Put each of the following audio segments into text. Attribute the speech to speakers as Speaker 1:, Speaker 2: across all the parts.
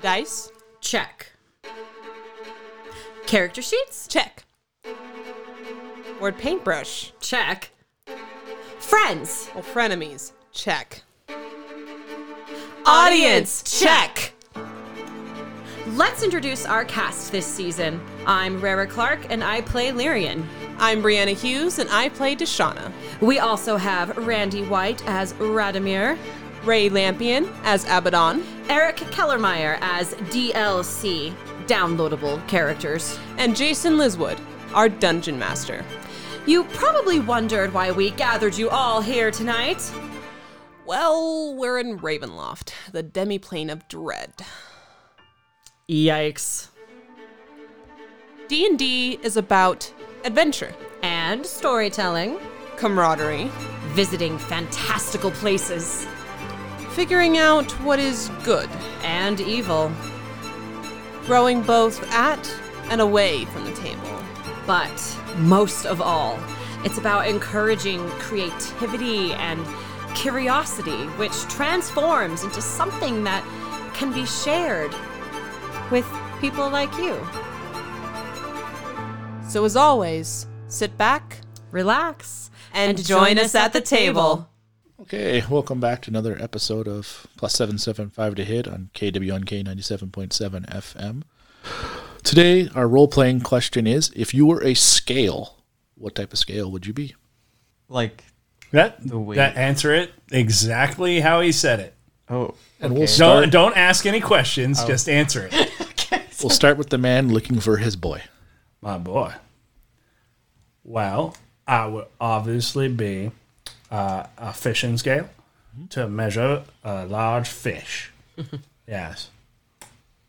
Speaker 1: Dice?
Speaker 2: Check. Character sheets?
Speaker 1: Check. Word paintbrush?
Speaker 2: Check. Friends.
Speaker 1: Well, frenemies? Check.
Speaker 2: Audience. Check. Let's introduce our cast this season. I'm Rara Clark and I play Lyrian.
Speaker 1: I'm Brianna Hughes and I play Deshauna.
Speaker 2: We also have Randy White as Radomir,
Speaker 1: Ray Lampion as Abaddon,
Speaker 2: Eric Kellermeyer as DLC, downloadable characters.
Speaker 1: and Jason Liswood, our dungeon master.
Speaker 2: You probably wondered why we gathered you all here tonight.
Speaker 1: Well, we're in Ravenloft, the demiplane of dread.
Speaker 2: Yikes.
Speaker 1: D&D is about adventure,
Speaker 2: And storytelling,
Speaker 1: camaraderie,
Speaker 2: visiting fantastical places,
Speaker 1: figuring out what is good,
Speaker 2: and evil.
Speaker 1: growing both at and away from the table.
Speaker 2: But most of all, it's about encouraging creativity and curiosity, which transforms into something that can be shared with people like you.
Speaker 1: So as always, sit back
Speaker 2: Relax
Speaker 1: and, join us at the table.
Speaker 3: Okay, welcome back to another episode of Plus 775 to Hit on KWNK 97.7 FM. Today, our role playing question is if you were a scale, what type of scale would you be?
Speaker 4: like
Speaker 5: That
Speaker 4: The weight.
Speaker 5: that answer it exactly how he said it.
Speaker 4: oh
Speaker 3: And we'll
Speaker 5: Don't
Speaker 3: start,
Speaker 5: don't ask any questions. Just answer it.
Speaker 3: we'll start with the man looking for his boy.
Speaker 5: My boy. Well, I would obviously be uh, a fishing scale to measure a large fish. yes.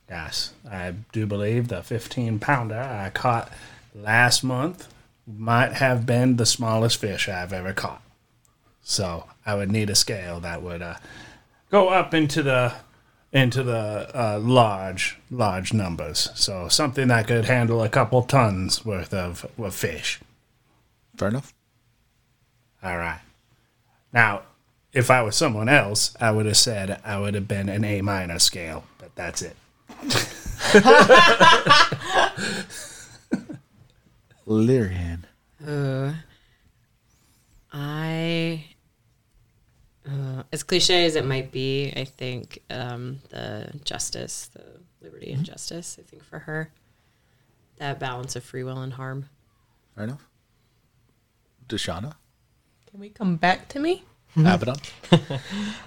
Speaker 5: Yes. I do believe the 15 pounder I caught last month might have been the smallest fish I've ever caught. So I would need a scale that would uh, go up into the into the uh, large large numbers. So something that could handle a couple tons worth of, of fish.
Speaker 3: Fair enough.
Speaker 5: All right. Now, if I was someone else, I would have said I would have been an A minor scale, but that's it.
Speaker 3: Lyrian.
Speaker 6: I, uh, as cliche as it might be, I think um, the justice, the liberty and justice, I think for her, that balance of free will and harm.
Speaker 3: Fair enough. Deshana.
Speaker 1: Can we come back to me?
Speaker 3: Abaddon.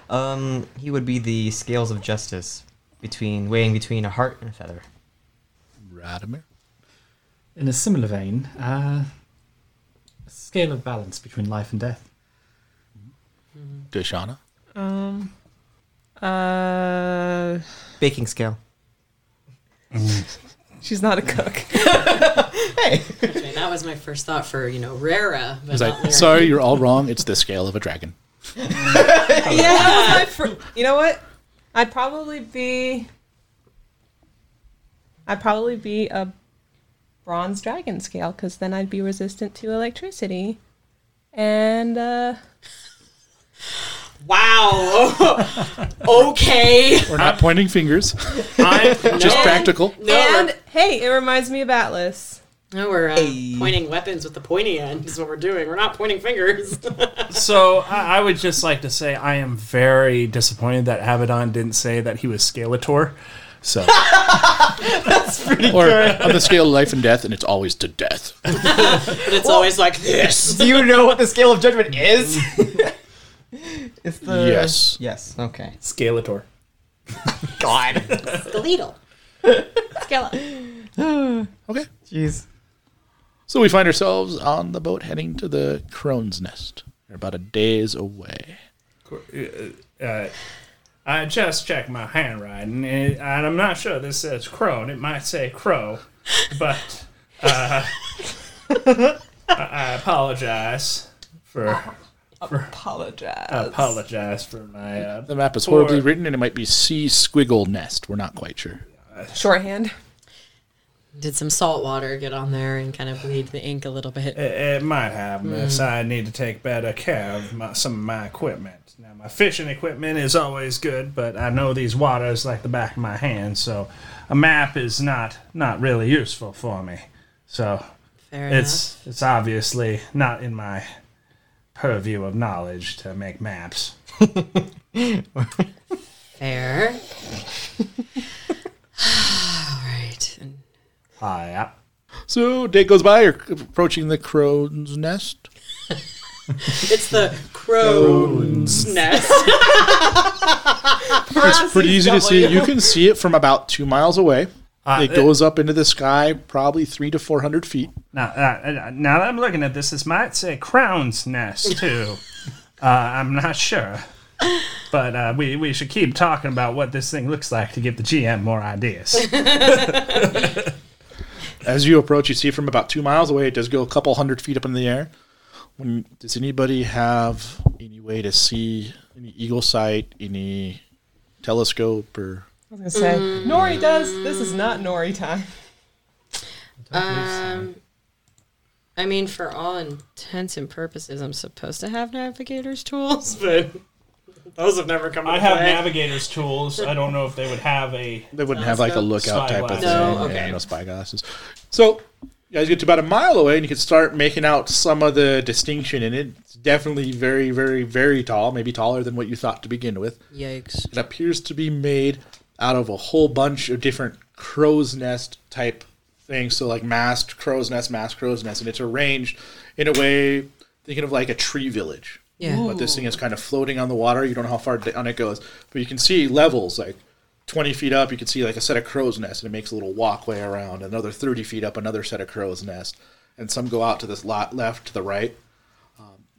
Speaker 4: um he would be the scales of justice between weighing between a heart and a feather
Speaker 3: Radomir.
Speaker 7: In a similar vein, uh, a scale of balance between life and death.
Speaker 3: Deshana.
Speaker 1: Uh,
Speaker 4: baking scale
Speaker 1: she's not a cook.
Speaker 6: Okay, that was my first thought for you know Rara, but
Speaker 3: He's
Speaker 6: not
Speaker 3: like,
Speaker 6: Lyra.
Speaker 3: sorry, you're all wrong. It's the scale of a dragon.
Speaker 1: yeah, that was my fir- you know what? I'd probably be. I'd probably be a bronze dragon scale because then I'd be resistant to electricity, and uh,
Speaker 6: Wow. okay.
Speaker 3: We're not pointing fingers,
Speaker 5: I,
Speaker 3: just practical.
Speaker 6: No,
Speaker 1: and
Speaker 6: we're,
Speaker 1: hey, it reminds me of Atlas.
Speaker 6: no, we're uh, pointing weapons with the pointy end. Is what we're doing. We're not pointing fingers.
Speaker 5: so I, I would just like to say I am very disappointed that Abaddon didn't say that he was Scalator. So
Speaker 3: Or on the scale of life and death, and it's always to death.
Speaker 6: but it's always like this.
Speaker 4: do you know what the scale of judgment is it's the
Speaker 3: Yes.
Speaker 4: yes okay
Speaker 5: Scalator.
Speaker 4: god
Speaker 6: The needle.
Speaker 3: Okay.
Speaker 4: jeez
Speaker 3: So we find ourselves on the boat heading to the crone's nest. We're about a day's away.
Speaker 5: I just checked my handwriting, and and I'm not sure this says crow, and it might say crow, but uh, I I apologize for
Speaker 1: Apologize.
Speaker 5: apologize for my uh,
Speaker 3: The map is horribly
Speaker 5: Or-
Speaker 3: written, and it might be sea squiggle nest. We're not quite sure.
Speaker 1: Shorthand.
Speaker 2: Did some salt water get on there and kind of bleed the ink a little bit?
Speaker 5: It, it might have, miss. I need to take better care of my, some of my equipment. Now, my fishing equipment is always good, but I know these waters like the back of my hand, so a map is not, not really useful for me. So
Speaker 2: Fair enough.
Speaker 5: it's, it's obviously not in my purview of knowledge to make maps.
Speaker 2: Fair. All right. And
Speaker 5: Ah, yeah.
Speaker 3: So day goes by. You're approaching the crow's nest.
Speaker 2: It's the crow's nest.
Speaker 3: It's pretty easy to see. You can see it from about two miles away. it goes up into the sky, probably three to four hundred feet.
Speaker 5: Now, uh, uh, now that I'm looking at this, this might say Crown's Nest, too. uh, I'm not sure. But uh, we, we should keep talking about what this thing looks like to give the GM more ideas.
Speaker 3: As you approach, you see from about two miles away. It does go a couple hundred feet up in the air. When does anybody have any way to see any eagle sight, any telescope, or
Speaker 8: I was gonna say Nori does. This is not Nori time.
Speaker 2: Um, I mean, for all intents and purposes, I'm supposed to have navigator's tools, but those have never come. into play.
Speaker 5: navigator's tools. I don't know if they would have a.
Speaker 3: they wouldn't have like a lookout type of
Speaker 5: Spyglass.
Speaker 3: thing?
Speaker 2: No,
Speaker 3: Yeah,
Speaker 2: okay.
Speaker 3: no spyglasses. So you guys get to about a mile away, and you can start making out some of the distinction in it. It's definitely very, very, very tall. Maybe taller than what you thought to begin with.
Speaker 2: Yikes!
Speaker 3: It appears to be made out of a whole bunch of different crow's nest type things. So like masked crow's nest, masked crow's nest, and it's arranged in a way thinking of like a tree village.
Speaker 2: Yeah.
Speaker 3: But this thing is kind of floating on the water. You don't know how far down it goes, but you can see levels like. 20 feet up, you can see like a set of crow's nests, and it makes a little walkway around. Another 30 feet up, another set of crow's nests. And some go out to this lot left, to the right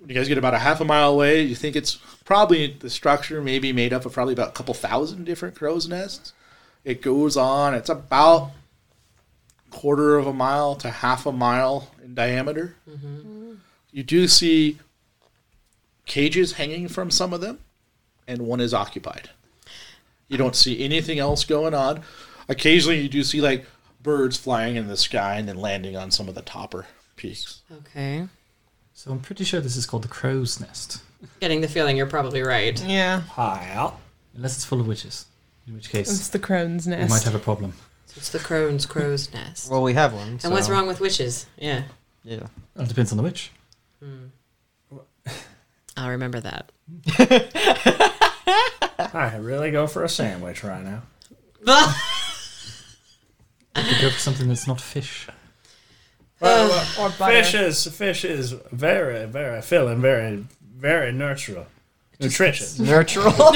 Speaker 3: you guys get about a half a mile away. You think it's probably the structure, maybe made up of probably about a couple thousand different crow's nests. It goes on. It's about quarter of a mile to half a mile in diameter. You do see cages hanging from some of them, and one is occupied. You don't see anything else going on. Occasionally, you do see like birds flying in the sky and then landing on some of the topper peaks.
Speaker 2: Okay.
Speaker 9: So I'm pretty sure this is called the crow's nest,
Speaker 2: Getting the feeling you're probably right.
Speaker 8: Yeah,
Speaker 5: Pile.
Speaker 9: unless it's full of witches, in which
Speaker 8: it's
Speaker 9: case
Speaker 8: the crone's
Speaker 9: we might
Speaker 8: nest.
Speaker 9: have a problem.
Speaker 2: It's the crone's crow's nest.
Speaker 4: Well, we have one.
Speaker 2: and what's wrong with witches? Yeah,
Speaker 4: Yeah.
Speaker 9: Well, it depends on the witch.
Speaker 2: I'll remember that.
Speaker 5: I really go for a sandwich right now.
Speaker 2: Um,
Speaker 9: We could go for something that's not fish.
Speaker 2: Uh,
Speaker 5: Well,
Speaker 8: or
Speaker 5: well, fish
Speaker 8: butter.
Speaker 5: is fish is very very filling, very very nurtural, nutritious,
Speaker 4: Nurtural.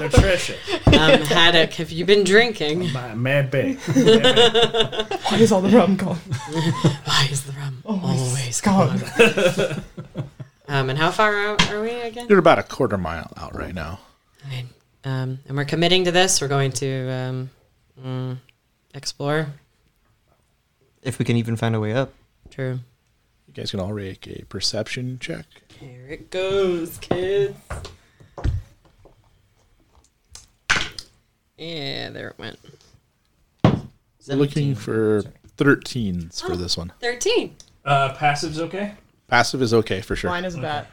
Speaker 5: nutritious.
Speaker 2: um, Haddock, have you been drinking?
Speaker 5: My man, big.
Speaker 8: Why is all the rum gone?
Speaker 2: Why is the rum always
Speaker 8: gone.
Speaker 2: gone? um, and how far out are we again?
Speaker 3: You're about a quarter mile out right now.
Speaker 2: Alright. Um, and we're committing to this. We're going to um, mm, explore.
Speaker 4: if we can even find a way up.
Speaker 2: True.
Speaker 3: You guys can all make a perception check.
Speaker 2: Here it goes, kids. Yeah, there it went.
Speaker 3: We're looking for 13s for this one.
Speaker 2: 13.
Speaker 5: Uh, passive's okay.
Speaker 3: Passive is okay for sure.
Speaker 8: Mine is about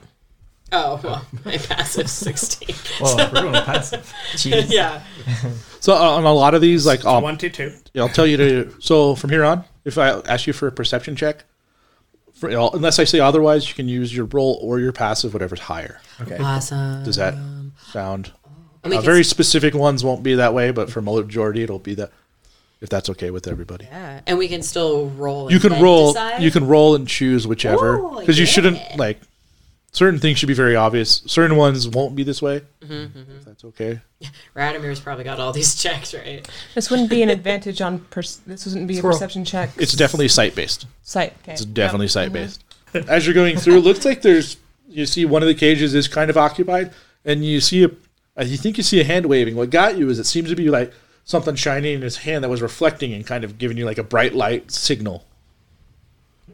Speaker 2: Oh, well, my passive 16.
Speaker 9: Well, we're going passive.
Speaker 4: Jeez.
Speaker 2: yeah.
Speaker 3: So uh, on a lot of these, like I'll,
Speaker 5: Twenty-two.
Speaker 3: I'll tell you to. So from here on, if I ask you for a perception check, for, you know, unless I say otherwise, you can use your roll or your passive, whatever's higher. Okay.
Speaker 2: Awesome.
Speaker 3: Does that sound?
Speaker 2: And we
Speaker 3: Uh,
Speaker 2: can
Speaker 3: very specific ones won't be that way, but for majority, it'll be that. If that's okay with everybody.
Speaker 2: Yeah, and we can still roll.
Speaker 3: you
Speaker 2: and
Speaker 3: can
Speaker 2: then
Speaker 3: roll
Speaker 2: decide?
Speaker 3: you can roll and choose whichever
Speaker 2: Ooh,
Speaker 3: because you
Speaker 2: yeah.
Speaker 3: shouldn't like certain things should be very obvious certain ones won't be this way
Speaker 2: Mm-hmm,
Speaker 3: if that's okay
Speaker 2: Radimir's probably got all these checks, right?
Speaker 8: this wouldn't be an advantage on per- this wouldn't be a
Speaker 9: Squirrel.
Speaker 8: perception check.
Speaker 3: it's definitely site based
Speaker 8: sight. Okay.
Speaker 3: it's definitely site based as you're going through looks like there's you see one of the cages is kind of occupied and you see a uh, you think you see a hand waving what got you is it seems to be like something shiny in his hand that was reflecting and kind of giving you like a bright light signal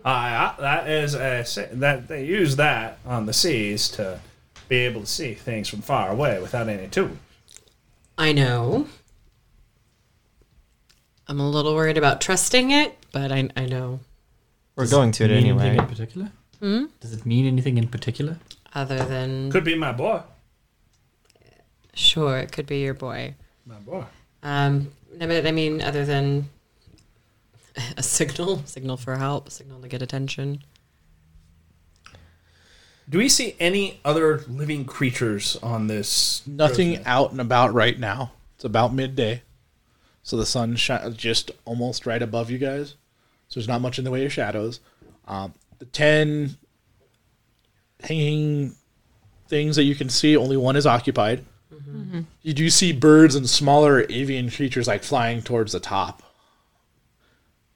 Speaker 5: Uh, that is a se- that they use that on the seas to be able to see things from far away without any tube.
Speaker 2: I know. I'm a little worried about trusting it, but I, I know
Speaker 4: We're going to it
Speaker 9: mean
Speaker 4: anyway.
Speaker 9: anything in particular? Does it mean anything in particular?
Speaker 2: other than
Speaker 5: Could be my boy.
Speaker 2: sure it could be your boy.
Speaker 5: My boy.
Speaker 2: Um, no, but I mean other than a signal, signal for help, signal to get attention.
Speaker 5: Do we see any other living creatures on this?
Speaker 3: Nothing
Speaker 5: roadmap?
Speaker 3: out and about right now. It's about midday. So the sun shi- just almost right above you guys. So there's not much in the way of shadows. Um, the 10 hanging things that you can see, only one is occupied. You do see birds and smaller avian creatures like flying towards the top.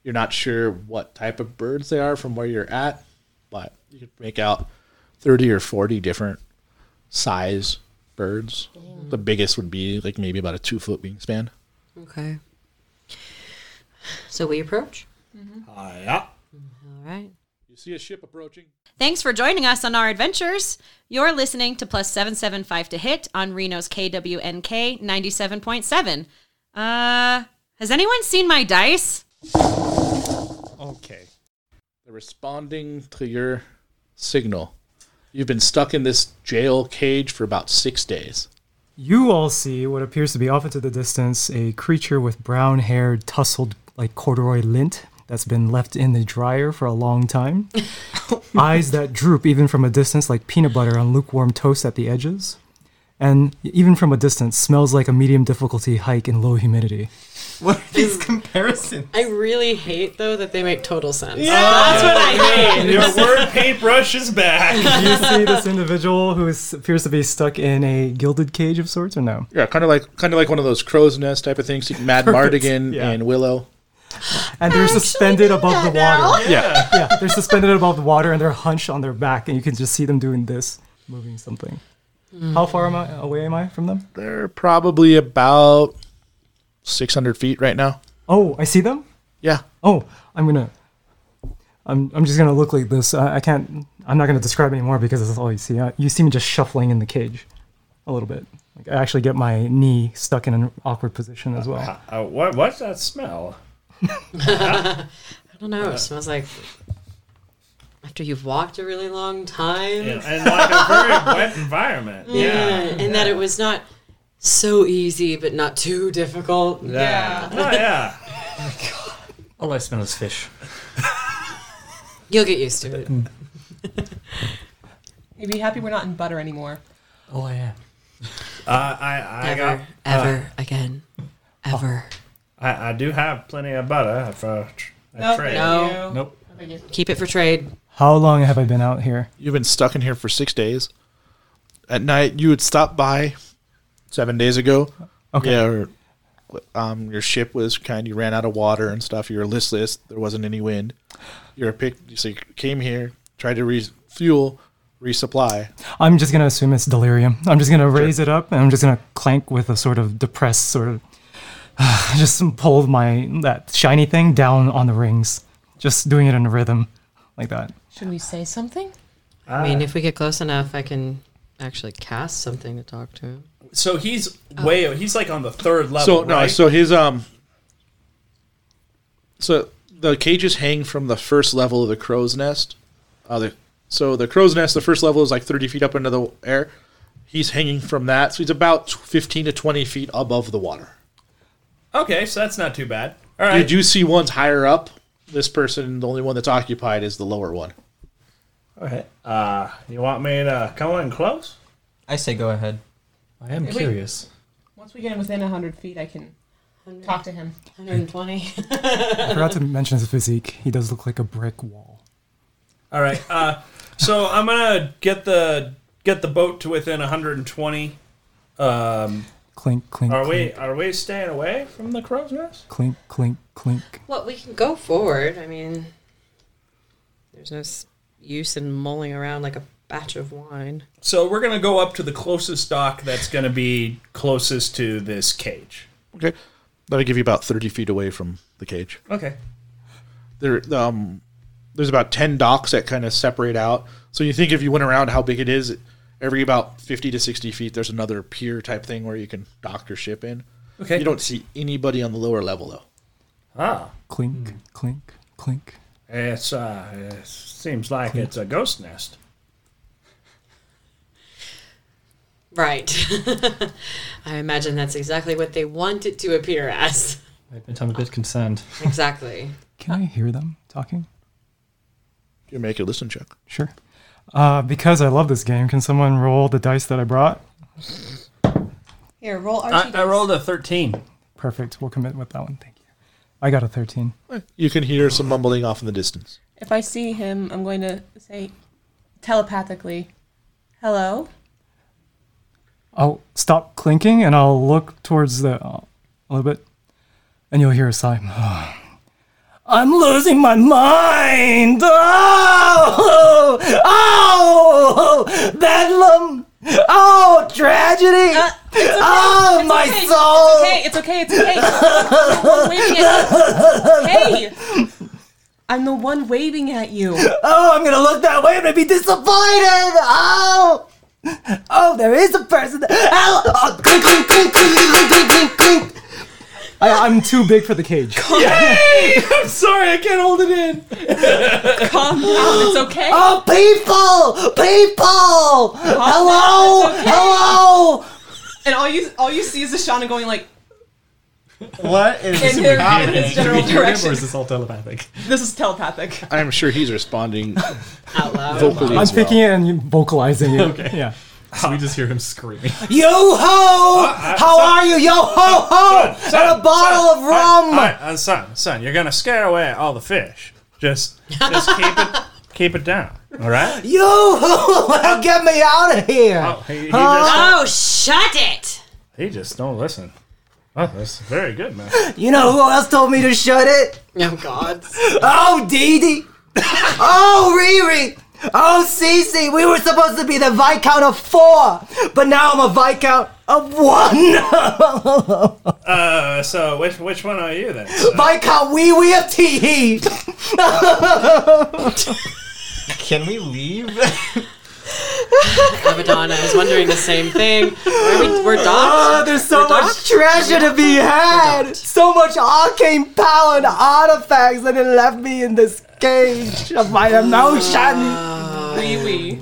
Speaker 3: You're not sure what type of birds they are from where you're at, but you could make out 30 or 40 different size birds. The biggest would be like maybe about a two foot wingspan.
Speaker 2: Okay. So we approach.
Speaker 5: Hi-ya.
Speaker 2: All right.
Speaker 3: You see a ship approaching.
Speaker 10: Thanks for joining us on our adventures. You're listening to Plus 775 to Hit on Reno's KWNK 97.7. Uh, has anyone seen my dice?
Speaker 3: Okay. They're responding to your signal. You've been stuck in this jail cage for about six days.
Speaker 11: You all see what appears to be off into the distance a creature with brown hair, tousled like corduroy lint that's been left in the dryer for a long time. Eyes that droop even from a distance like peanut butter on lukewarm toast at the edges. And even from a distance, smells like a medium difficulty hike in low humidity.
Speaker 4: What are these comparisons?
Speaker 2: I really hate though that they make total sense.
Speaker 5: Your word paintbrush is back.
Speaker 11: Do you see this individual who is, appears to be stuck in a gilded cage of sorts, or no?
Speaker 3: Yeah, kind of like kind of like one of those crow's nest type of things. Mad Mardigan
Speaker 11: yeah.
Speaker 3: and Willow.
Speaker 11: And they're suspended above the water.
Speaker 3: Yeah.
Speaker 11: yeah, they're suspended above the water and they're hunched on their back, and you can just see them doing this, moving something. How far am I away? Am I from them?
Speaker 3: They're probably about six hundred feet right now.
Speaker 11: Oh, I see them.
Speaker 3: Yeah.
Speaker 11: Oh, I'm gonna. I'm, I'm just gonna look like this. I, I can't. I'm not gonna describe anymore because that's all you see. Uh, you see me just shuffling in the cage, a little bit. Like I actually get my knee stuck in an awkward position as well.
Speaker 5: Uh, what, what's that smell?
Speaker 2: I don't
Speaker 5: Uh,
Speaker 2: know. It smells like after you've walked a really long time.
Speaker 5: And, and like a very wet environment.
Speaker 2: Yeah,
Speaker 5: Yeah.
Speaker 2: and that it was not so easy, but not too difficult.
Speaker 5: Yeah. Oh, yeah.
Speaker 9: All I smell is fish.
Speaker 2: You'll get used to it.
Speaker 5: Mm.
Speaker 8: You'd be happy we're not in butter anymore.
Speaker 9: Oh, I am.
Speaker 5: Uh, I, I, got,
Speaker 2: Never, ever again. Ever.
Speaker 5: I, I do have plenty of butter for tr- a trade.
Speaker 2: No.
Speaker 8: you.
Speaker 9: Nope.
Speaker 2: Keep it for trade.
Speaker 11: How long have I been out here?
Speaker 3: You've been stuck in here for six days. At night, you would stop by seven days ago.
Speaker 11: Okay.
Speaker 3: Yeah. Or, um, your ship was kind. You ran out of water and stuff. You were listless. There wasn't any wind. You're a pick. So you came here, tried to refuel, resupply.
Speaker 11: I'm just gonna assume it's delirium. I'm just gonna raise it up and I'm just gonna clank with a sort of depressed sort of just pull my that shiny thing down on the rings. Just doing it in a rhythm like that.
Speaker 8: Should we say something?
Speaker 2: I
Speaker 5: Ah.
Speaker 2: mean, if we get close enough, I can actually cast something to talk to him.
Speaker 5: So he's way. He's like on the third level.
Speaker 3: So no.
Speaker 5: right?
Speaker 3: So his um. So the cages hang from the first level of the crow's nest. Uh, the, so the crow's nest, the first level is like thirty feet up into the air. He's hanging from that, so he's about fifteen to twenty feet above the water.
Speaker 5: okay, so that's not too bad. All
Speaker 3: You
Speaker 5: right.
Speaker 3: do see ones higher up. This person, the only one that's occupied, is the lower one.
Speaker 5: All right. Uh, you want me to come in close?
Speaker 4: I say go ahead.
Speaker 9: I am
Speaker 8: Wait.
Speaker 9: curious.
Speaker 8: Once we get within 100 feet, I can talk to him.
Speaker 2: 120.
Speaker 11: I forgot to mention his physique. He does look like a brick wall.
Speaker 5: All right. Uh, so I'm gonna get the get the boat to within 120. Um,
Speaker 11: Clink, clink,
Speaker 5: are we
Speaker 11: clink,
Speaker 5: are we staying away from the crow's nest?
Speaker 11: clink, clink, clink.
Speaker 2: well, we can go forward. I mean, there's no s- use in mulling around like a batch of wine.
Speaker 5: So we're gonna go up to the closest dock that's gonna be closest to this cage.
Speaker 3: Okay, that'll give you about thirty feet away from the cage.
Speaker 5: Okay.
Speaker 3: There, um, there's about ten docks that kind of separate out. So you think if you went around how big it is, every about fifty to sixty feet, there's another pier type thing where you can dock your ship in.
Speaker 5: Okay.
Speaker 3: You don't see anybody on the lower level though.
Speaker 5: Ah,
Speaker 11: Clink, clink, clink.
Speaker 5: it's uh, it seems like
Speaker 3: Hmm.
Speaker 5: it's a ghost nest.
Speaker 2: Right. I imagine that's exactly what they want it to appear as.
Speaker 7: I'm a bit concerned.
Speaker 2: Exactly.
Speaker 11: Can I hear them talking?
Speaker 3: You make a listen check.
Speaker 11: Sure. Uh, because I love this game, can someone roll the dice that I brought?
Speaker 1: Here, roll
Speaker 5: I,
Speaker 1: Archie.
Speaker 5: I rolled a thirteen.
Speaker 11: Perfect. We'll commit with that one. Thank you. I got a 13.
Speaker 3: You can hear some mumbling off in the distance.
Speaker 1: If I see him, I'm going to say telepathically, "Hello."
Speaker 11: I'll stop clinking and I'll look towards the uh, a little bit, and you'll hear a sigh. I'm losing my mind. Oh, oh, bedlam. Oh, tragedy.
Speaker 1: Uh,
Speaker 11: oh, my soul.
Speaker 1: Hey, it's okay. It's okay. I'm the one waving at you. Hey, I'm the one waving at you.
Speaker 11: Oh, I'm gonna look that way. I'm gonna be disappointed. Oh, oh, there is a person. There. Ow! Oh, clink, clink, clink, clink, clink, clink, clink, clink, clink. I, I'm too big for the cage.
Speaker 5: I'm sorry, I can't hold it in.
Speaker 1: Calm down. It's okay.
Speaker 11: Oh, people, people! Hello, hello!
Speaker 1: And all you all you see is Ashana going like
Speaker 7: What is
Speaker 1: in her in his general
Speaker 7: Or
Speaker 1: direction.
Speaker 7: is this all telepathic?
Speaker 1: This is telepathic.
Speaker 3: I'm sure he's responding
Speaker 2: Out loud.
Speaker 3: vocally.
Speaker 11: I'm
Speaker 3: as well.
Speaker 11: picking it and you vocalizing it.
Speaker 7: Okay.
Speaker 11: Yeah.
Speaker 7: So we just hear him screaming.
Speaker 11: Yo ho! How are you? Yo ho ho! and a bottle of rum.
Speaker 5: All right, uh, son, son, you're gonna scare away all the fish. Just, just keep it, keep it down. All right.
Speaker 11: Yo ho! Get me out of here!
Speaker 5: Oh, he, he just,
Speaker 2: Oh, shut it!
Speaker 5: he just don't listen. Oh, that's very good, man.
Speaker 11: You know who else told me to shut it?
Speaker 2: Oh, God.
Speaker 11: Oh, Dee Dee. oh, Riri. Oh, Cece. We were supposed to be the Viscount of four, but now I'm a Viscount of one.
Speaker 5: Uh, so which which one are you then? son?
Speaker 11: Viscount Wee Wee of Tee Hee.
Speaker 4: Can we leave?
Speaker 2: Abaddon, I was wondering the same thing. Are we, we're docked?
Speaker 11: There's so
Speaker 2: We're docked?
Speaker 11: much treasure to be had. So much arcane power and artifacts, and it left me in this cage of my emotion.
Speaker 1: Wee wee.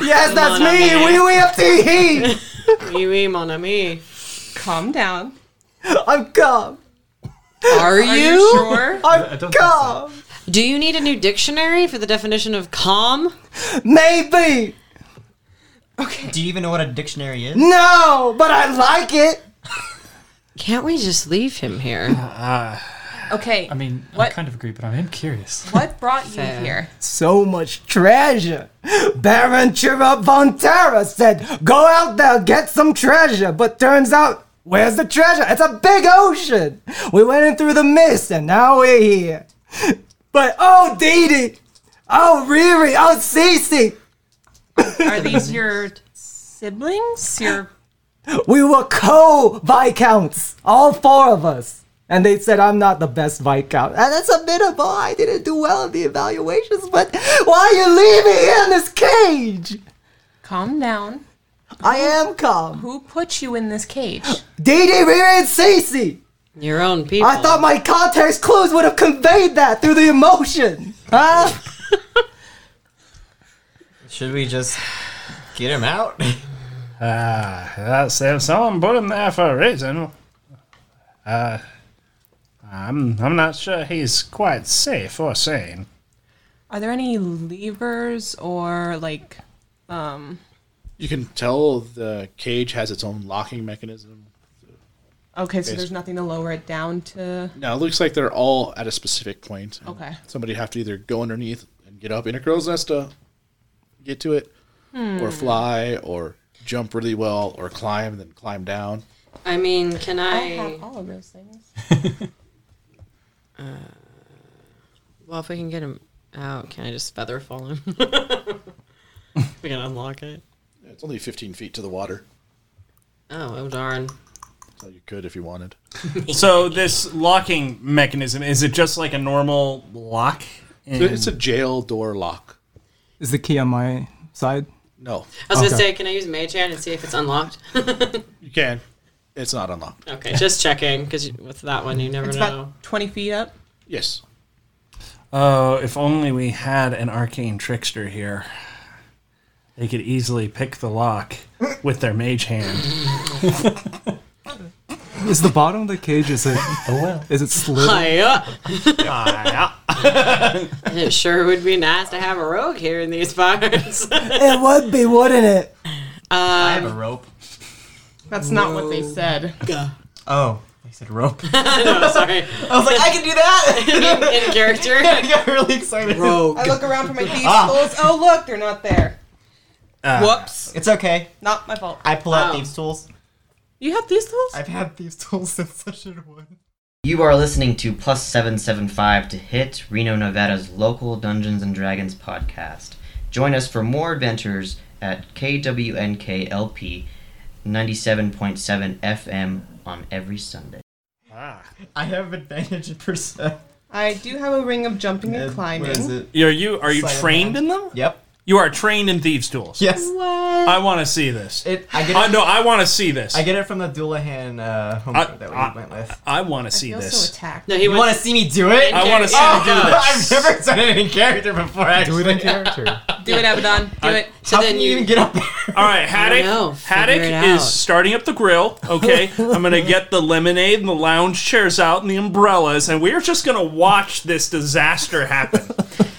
Speaker 11: Yes,
Speaker 2: on,
Speaker 11: that's me,
Speaker 2: man.
Speaker 11: Wee Wee of Tee Hee.
Speaker 2: Oui, oui, mon ami.
Speaker 1: Calm down.
Speaker 11: I'm calm.
Speaker 2: Are
Speaker 1: Are
Speaker 2: you?
Speaker 1: you sure?
Speaker 7: I don't
Speaker 11: I'm
Speaker 7: think so.
Speaker 11: calm.
Speaker 2: Do you need a new dictionary for the definition of calm?
Speaker 11: Maybe.
Speaker 4: Do you even know what a dictionary is?
Speaker 11: No, but I like it.
Speaker 2: Can't we just leave him here?
Speaker 1: Okay.
Speaker 7: I mean, I
Speaker 1: What?
Speaker 7: kind of agree, but I am curious.
Speaker 1: what brought you
Speaker 2: Fair.
Speaker 1: here?
Speaker 11: So much treasure. Baron Chirrup von Terra said, go out there, get some treasure. But turns out, where's the treasure? It's a big ocean. We went in through the mist and now we're here. But oh, Dee Dee. Oh, Riri. Oh, Cece.
Speaker 1: Are these your siblings? Your
Speaker 11: We were co Viscounts, all four of us. And they said I'm not the best Viscount. And that's admittable. I didn't do well in the evaluations, but why are you leaving me in this cage?
Speaker 1: calm down.
Speaker 11: I am calm.
Speaker 1: Who put you in this cage?
Speaker 11: Dee Dee, Riri, and Cece.
Speaker 2: Your own people.
Speaker 11: I thought my context clues would have conveyed that through the emotion. Huh?
Speaker 4: Should we just get him out?
Speaker 5: Ah, that's it. Someone put him there for a reason. Uh, I'm I'm not sure he's quite safe or sane.
Speaker 1: Are there any levers or like
Speaker 3: You can tell the cage has its own locking mechanism.
Speaker 1: okay, so there's nothing to lower it down to
Speaker 3: Now it looks like they're all at a specific point. and
Speaker 1: Okay.
Speaker 3: Somebody have to either go underneath and get up in a crow's nest to get to it,
Speaker 4: Hmm.
Speaker 3: or fly, or jump really well, or climb, then climb down.
Speaker 2: I mean, can
Speaker 1: I
Speaker 2: I?
Speaker 1: have all of those things.
Speaker 2: Well, if we can get him out, can I just feather fall him? we can unlock it.
Speaker 3: Yeah, It's only 15 feet to the water,
Speaker 2: Oh, oh darn.
Speaker 3: so you could if you wanted.
Speaker 5: So this locking mechanism is it just like a normal lock?
Speaker 3: So It's a jail door lock.
Speaker 11: Is the key on my side?
Speaker 3: No,
Speaker 2: I was gonna
Speaker 11: Okay.
Speaker 2: say, can I use Mage Hand and see if it's unlocked?
Speaker 3: you can. It's not unlocked.
Speaker 2: okay, just checking because what's that one? You never
Speaker 1: It's
Speaker 2: know.
Speaker 1: about twenty feet up.
Speaker 3: Yes.
Speaker 5: Oh, if only we had an arcane trickster here. They could easily pick the lock with their mage hand.
Speaker 11: Is the bottom of the cage is it
Speaker 3: Oh,
Speaker 11: is it slid?
Speaker 2: Hiya. It sure would be nice to have a rogue here in these parts.
Speaker 11: It would be, wouldn't it?
Speaker 4: I have a rope.
Speaker 1: That's not what they said.
Speaker 4: Oh, they said rope.
Speaker 2: no, sorry.
Speaker 4: I was like, I can do that.
Speaker 2: In, in character.
Speaker 4: I got really excited.
Speaker 1: I look around for my
Speaker 2: Ah.
Speaker 1: thieves' tools. Oh, look, they're not there.
Speaker 2: Whoops.
Speaker 4: It's okay.
Speaker 1: Not my fault.
Speaker 4: I pull out
Speaker 2: Wow.
Speaker 4: thieves' tools.
Speaker 1: You have thieves' tools?
Speaker 4: I've had thieves' tools since session one.
Speaker 12: You are listening to Plus 775 to Hit, Reno, Nevada's local Dungeons and Dragons podcast. Join us for more adventures at KWNKLP 97.7 FM on every Sunday.
Speaker 4: Ah, I have advantage in percent.
Speaker 1: I do have a ring of jumping and climbing.
Speaker 4: What is it?
Speaker 5: Are you are you
Speaker 4: Silent
Speaker 5: trained
Speaker 4: hand.
Speaker 5: in them?
Speaker 4: Yep.
Speaker 5: You are trained in thieves' tools.
Speaker 4: Yes.
Speaker 5: I want to see this.
Speaker 4: It. I get.
Speaker 5: I
Speaker 4: It,
Speaker 5: no, I want to see this.
Speaker 4: I get it from the Doulahan uh, home
Speaker 5: I-
Speaker 4: group that we
Speaker 5: I-
Speaker 4: went with.
Speaker 5: I want to see
Speaker 1: Feel so
Speaker 5: this.
Speaker 1: attacked.
Speaker 2: No, he
Speaker 4: You want
Speaker 2: wants
Speaker 4: to see me do it?
Speaker 5: I want to see
Speaker 2: Oh,
Speaker 5: you do this.
Speaker 4: I've never done it in character before.
Speaker 11: Do
Speaker 4: Actually.
Speaker 11: it in character.
Speaker 1: Do it, Abaddon. Do it.
Speaker 2: So
Speaker 4: How
Speaker 2: then
Speaker 4: can you
Speaker 2: you.
Speaker 4: even get up there?
Speaker 5: All right, Haddock.
Speaker 2: know.
Speaker 5: Haddock
Speaker 2: Figure it
Speaker 5: is
Speaker 2: out.
Speaker 5: starting up the grill. Okay, I'm gonna get the lemonade and the lounge chairs out and the umbrellas, and we're just gonna watch this disaster happen.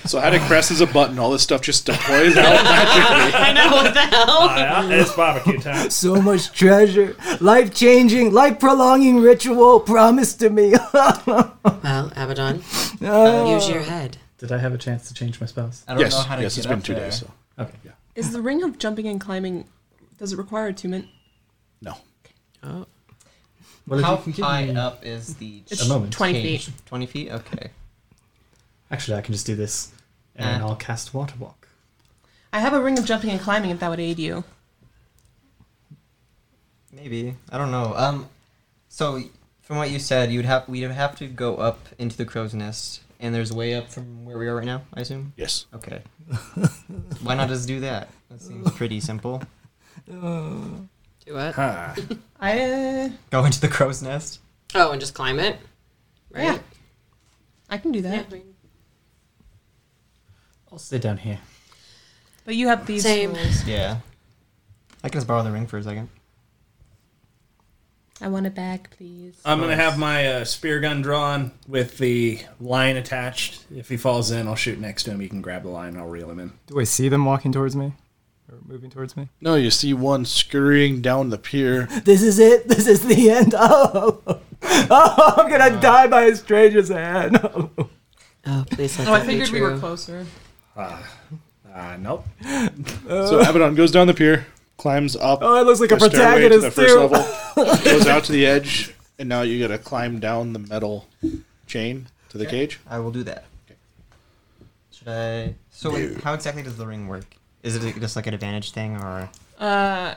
Speaker 3: So Haddock presses a button, all this stuff just deploys out magically.
Speaker 2: I know what the hell.
Speaker 5: Yeah, it's barbecue time.
Speaker 11: So much treasure, life changing, life prolonging ritual promised to me.
Speaker 2: Well, Abaddon, uh, use your head.
Speaker 9: Did I have a chance to change my spells?
Speaker 4: I don't
Speaker 3: Yes,
Speaker 4: know how to
Speaker 3: yes,
Speaker 4: get
Speaker 3: it's been
Speaker 4: up
Speaker 3: two
Speaker 4: there.
Speaker 3: days. So
Speaker 9: Okay. Yeah.
Speaker 8: Is the ring of jumping and climbing does it require attunement?
Speaker 3: no,
Speaker 2: Oh,
Speaker 9: Well, if
Speaker 4: How
Speaker 9: you can give
Speaker 4: high
Speaker 9: me-
Speaker 4: up is the
Speaker 9: a moment.
Speaker 1: 20 feet.
Speaker 4: 20 feet? Okay.
Speaker 9: Actually, I can just do this, and
Speaker 4: Uh.
Speaker 9: I'll cast Water Walk.
Speaker 1: I have a ring of jumping and climbing if that would aid you.
Speaker 4: Maybe. I don't know. Um so from what you said, you'd have we'd have to go up into the crow's nest and there's a way up from where we are right now, I assume.
Speaker 3: yes.
Speaker 4: Okay. Why not just do that? That seems pretty simple.
Speaker 2: do what?
Speaker 1: I. Uh,
Speaker 4: Go into the crow's nest.
Speaker 2: Oh, and just climb it. Right.
Speaker 1: Yeah. I can do that.
Speaker 2: Yeah.
Speaker 9: I'll stay down here.
Speaker 1: But you have thieves'
Speaker 2: Same.
Speaker 1: tools.
Speaker 4: Yeah. I can just borrow the ring for a second.
Speaker 8: I want a bag, please.
Speaker 5: I'm gonna have my uh, spear gun drawn with the line attached. If he falls in, I'll shoot next to him. He can grab the line. and I'll reel him in.
Speaker 11: Do I see them walking towards me? Or moving towards me?
Speaker 3: No, you see one scurrying down the pier.
Speaker 11: This is it. This is the end. Oh, oh I'm gonna die by a stranger's hand.
Speaker 2: Oh, please let
Speaker 1: Oh, I
Speaker 2: that be
Speaker 1: figured we
Speaker 2: true.
Speaker 1: were closer.
Speaker 5: Uh, nope.
Speaker 3: So Abaddon goes down the pier, climbs up.
Speaker 11: Oh, it looks like
Speaker 3: the
Speaker 11: a
Speaker 3: stairway to the
Speaker 11: protagonist too.
Speaker 3: first level, goes out to the edge, and now you gotta climb down the metal chain to the cage.
Speaker 4: I will do that. Should I So wait, how exactly does the ring work? Is it just like an advantage thing or
Speaker 1: Uh,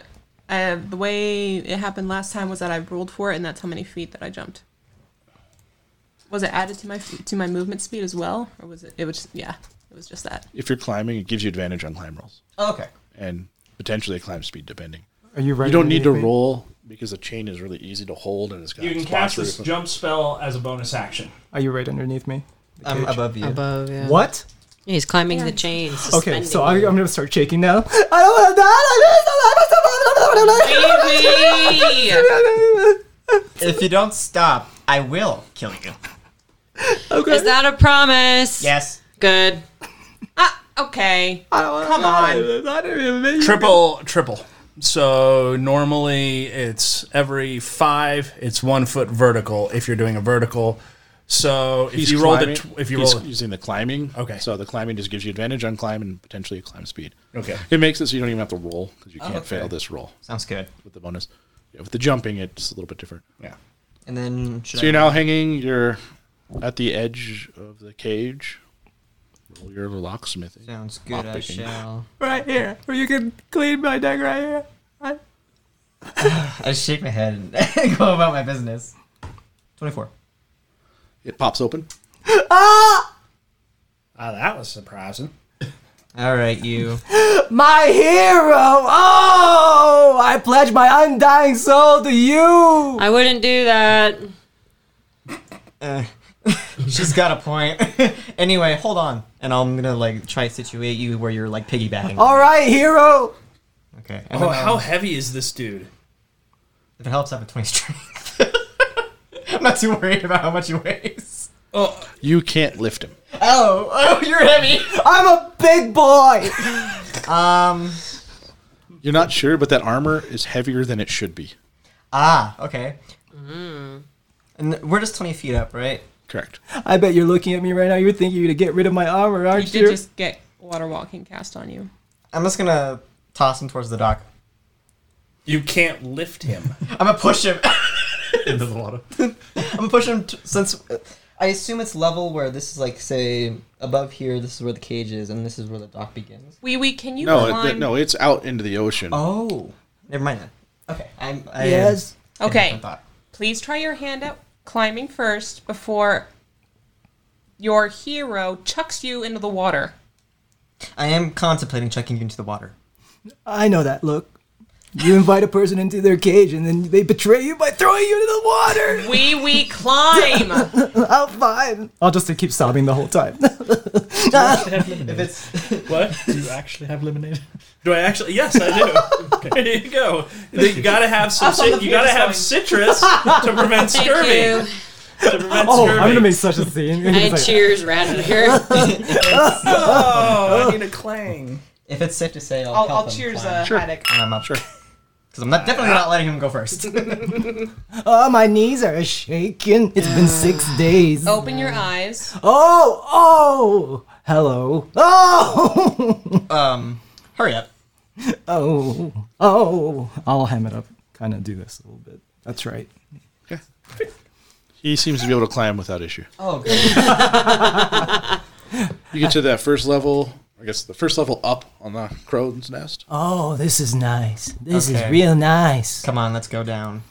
Speaker 1: I, the way it happened last time was that I rolled for it, and that's how many feet that I jumped. Was it added to my fe- to my movement speed as well, or was it? It was yeah. It was just that.
Speaker 3: If you're climbing, it gives you advantage on climb rolls
Speaker 4: Oh, okay.
Speaker 3: and potentially climb speed depending.
Speaker 11: Are you right?
Speaker 3: You don't need to
Speaker 11: underneath me?
Speaker 3: roll because the chain is really easy to hold and it's got
Speaker 5: You can
Speaker 3: spots
Speaker 5: cast
Speaker 3: where
Speaker 5: this
Speaker 3: you can-
Speaker 5: jump spell as a bonus action.
Speaker 11: Are you right underneath me?
Speaker 4: I'm
Speaker 13: Um,
Speaker 4: above you.
Speaker 2: Above, yeah.
Speaker 11: What?
Speaker 2: Yeah, he's climbing the chain.
Speaker 11: Okay, so I, I'm
Speaker 2: suspending
Speaker 11: gonna start shaking now. I don't wanna die like this.
Speaker 2: you. Baby!
Speaker 4: If you don't stop, I will kill you.
Speaker 2: Is that a promise?
Speaker 4: Yes.
Speaker 2: Good.
Speaker 1: Ah, okay. Come on.
Speaker 5: Triple, triple. So normally it's every five. It's one foot vertical if you're doing a vertical. So if
Speaker 3: He's
Speaker 5: you roll the
Speaker 3: climbing-
Speaker 5: tw- if you
Speaker 3: he's
Speaker 5: roll
Speaker 3: using the climbing.
Speaker 5: Okay.
Speaker 3: So the climbing just gives you advantage on climb and potentially climb speed.
Speaker 5: okay, Oh,
Speaker 3: It makes it so you don't even have to roll because you can't
Speaker 4: okay.
Speaker 3: fail this roll
Speaker 4: Sounds good.
Speaker 3: with the bonus. Yeah, with the jumping, it's a little bit different.
Speaker 5: yeah.
Speaker 4: And then should
Speaker 3: So you're
Speaker 4: I
Speaker 3: now hanging. You're at the edge of the cage. Roll your locksmithing.
Speaker 4: Sounds good. I
Speaker 3: Lockpicking.
Speaker 4: shall.
Speaker 11: Right here, where you can clean my deck right here.
Speaker 4: I shake my head and go about my business. Twenty-four.
Speaker 3: It pops open.
Speaker 5: Ah, that was surprising.
Speaker 4: All right, you.
Speaker 11: My hero! Oh! I pledge my undying soul to you!
Speaker 2: I wouldn't do that.
Speaker 4: She's got a point. anyway, hold on, and I'm gonna like try to situate you where you're like piggybacking.
Speaker 13: All right, hero.
Speaker 4: Okay. and
Speaker 5: Oh,
Speaker 4: then,
Speaker 5: how
Speaker 4: um,
Speaker 5: heavy is this dude?
Speaker 4: If it helps, I have a twenty strength. I'm not too worried about how much he weighs.
Speaker 5: Oh,
Speaker 3: You can't lift him.
Speaker 4: Oh, oh, you're heavy.
Speaker 13: I'm a big boy.
Speaker 4: Um.
Speaker 3: You're not sure, but that armor is heavier than it should be.
Speaker 4: Ah. Okay.
Speaker 13: Mm-hmm.
Speaker 4: And we're just twenty feet up, right?
Speaker 3: Correct.
Speaker 13: I bet you're looking at me right now. You're thinking you're gonna get rid of my armor,
Speaker 1: You
Speaker 13: aren't you?
Speaker 1: did just get water walking cast on you.
Speaker 4: I'm just gonna toss him towards the dock.
Speaker 5: You can't lift him.
Speaker 4: I'm gonna push him.
Speaker 9: into the water.
Speaker 4: I'm gonna push him t- since uh, I assume it's level where this is like say above here. This is where the cage is, and this is where the dock begins.
Speaker 1: Wee Wee, can you
Speaker 3: no,
Speaker 1: climb?
Speaker 3: it, no, it's out into the ocean.
Speaker 4: Oh, never mind that. Okay, I'm. I,
Speaker 13: yes.
Speaker 4: I
Speaker 1: Okay.
Speaker 4: I thought.
Speaker 1: Please try your hand at climbing first before your hero chucks you into the water.
Speaker 4: I am contemplating chucking you into the water.
Speaker 13: I know that look. You invite a person into their cage and then they betray you by throwing you into the water.
Speaker 1: Wee Wee, climb.
Speaker 13: How fun!
Speaker 11: I'll just keep sobbing the whole time.
Speaker 4: If it's
Speaker 5: What?
Speaker 9: Do you actually have lemonade?
Speaker 5: Do I actually? Yes, I do. There you go. You gotta have some.
Speaker 1: Up on
Speaker 5: Cit-
Speaker 1: the
Speaker 5: you gotta have citrus to prevent
Speaker 2: Thank
Speaker 5: scurvy. To prevent
Speaker 11: Oh,
Speaker 5: scurvy.
Speaker 11: I'm gonna make such a scene.
Speaker 2: you. I
Speaker 11: It's like,
Speaker 2: cheers rather here.
Speaker 5: Oh, I need a clang.
Speaker 4: if it's safe to say, I'll
Speaker 1: I'll,
Speaker 4: help
Speaker 1: I'll
Speaker 4: him
Speaker 1: cheers
Speaker 4: climb
Speaker 1: uh, Haddock.
Speaker 4: when I'm up. Sure. Because I'm not definitely not letting him go first.
Speaker 13: Oh, my knees are shaking. It's been six days. Oh,
Speaker 1: Open your eyes.
Speaker 13: oh, hello. Oh,
Speaker 4: um, hurry up.
Speaker 13: oh, oh.
Speaker 11: I'll ham it up. Kind of do this a little bit.
Speaker 13: That's right.
Speaker 3: He seems to be able to climb without issue.
Speaker 4: Oh, good.
Speaker 3: You get to that first level, I guess the first level up on the crow's nest.
Speaker 13: Oh, this is nice. This
Speaker 4: Okay.
Speaker 13: is real nice.
Speaker 4: come on, let's go down.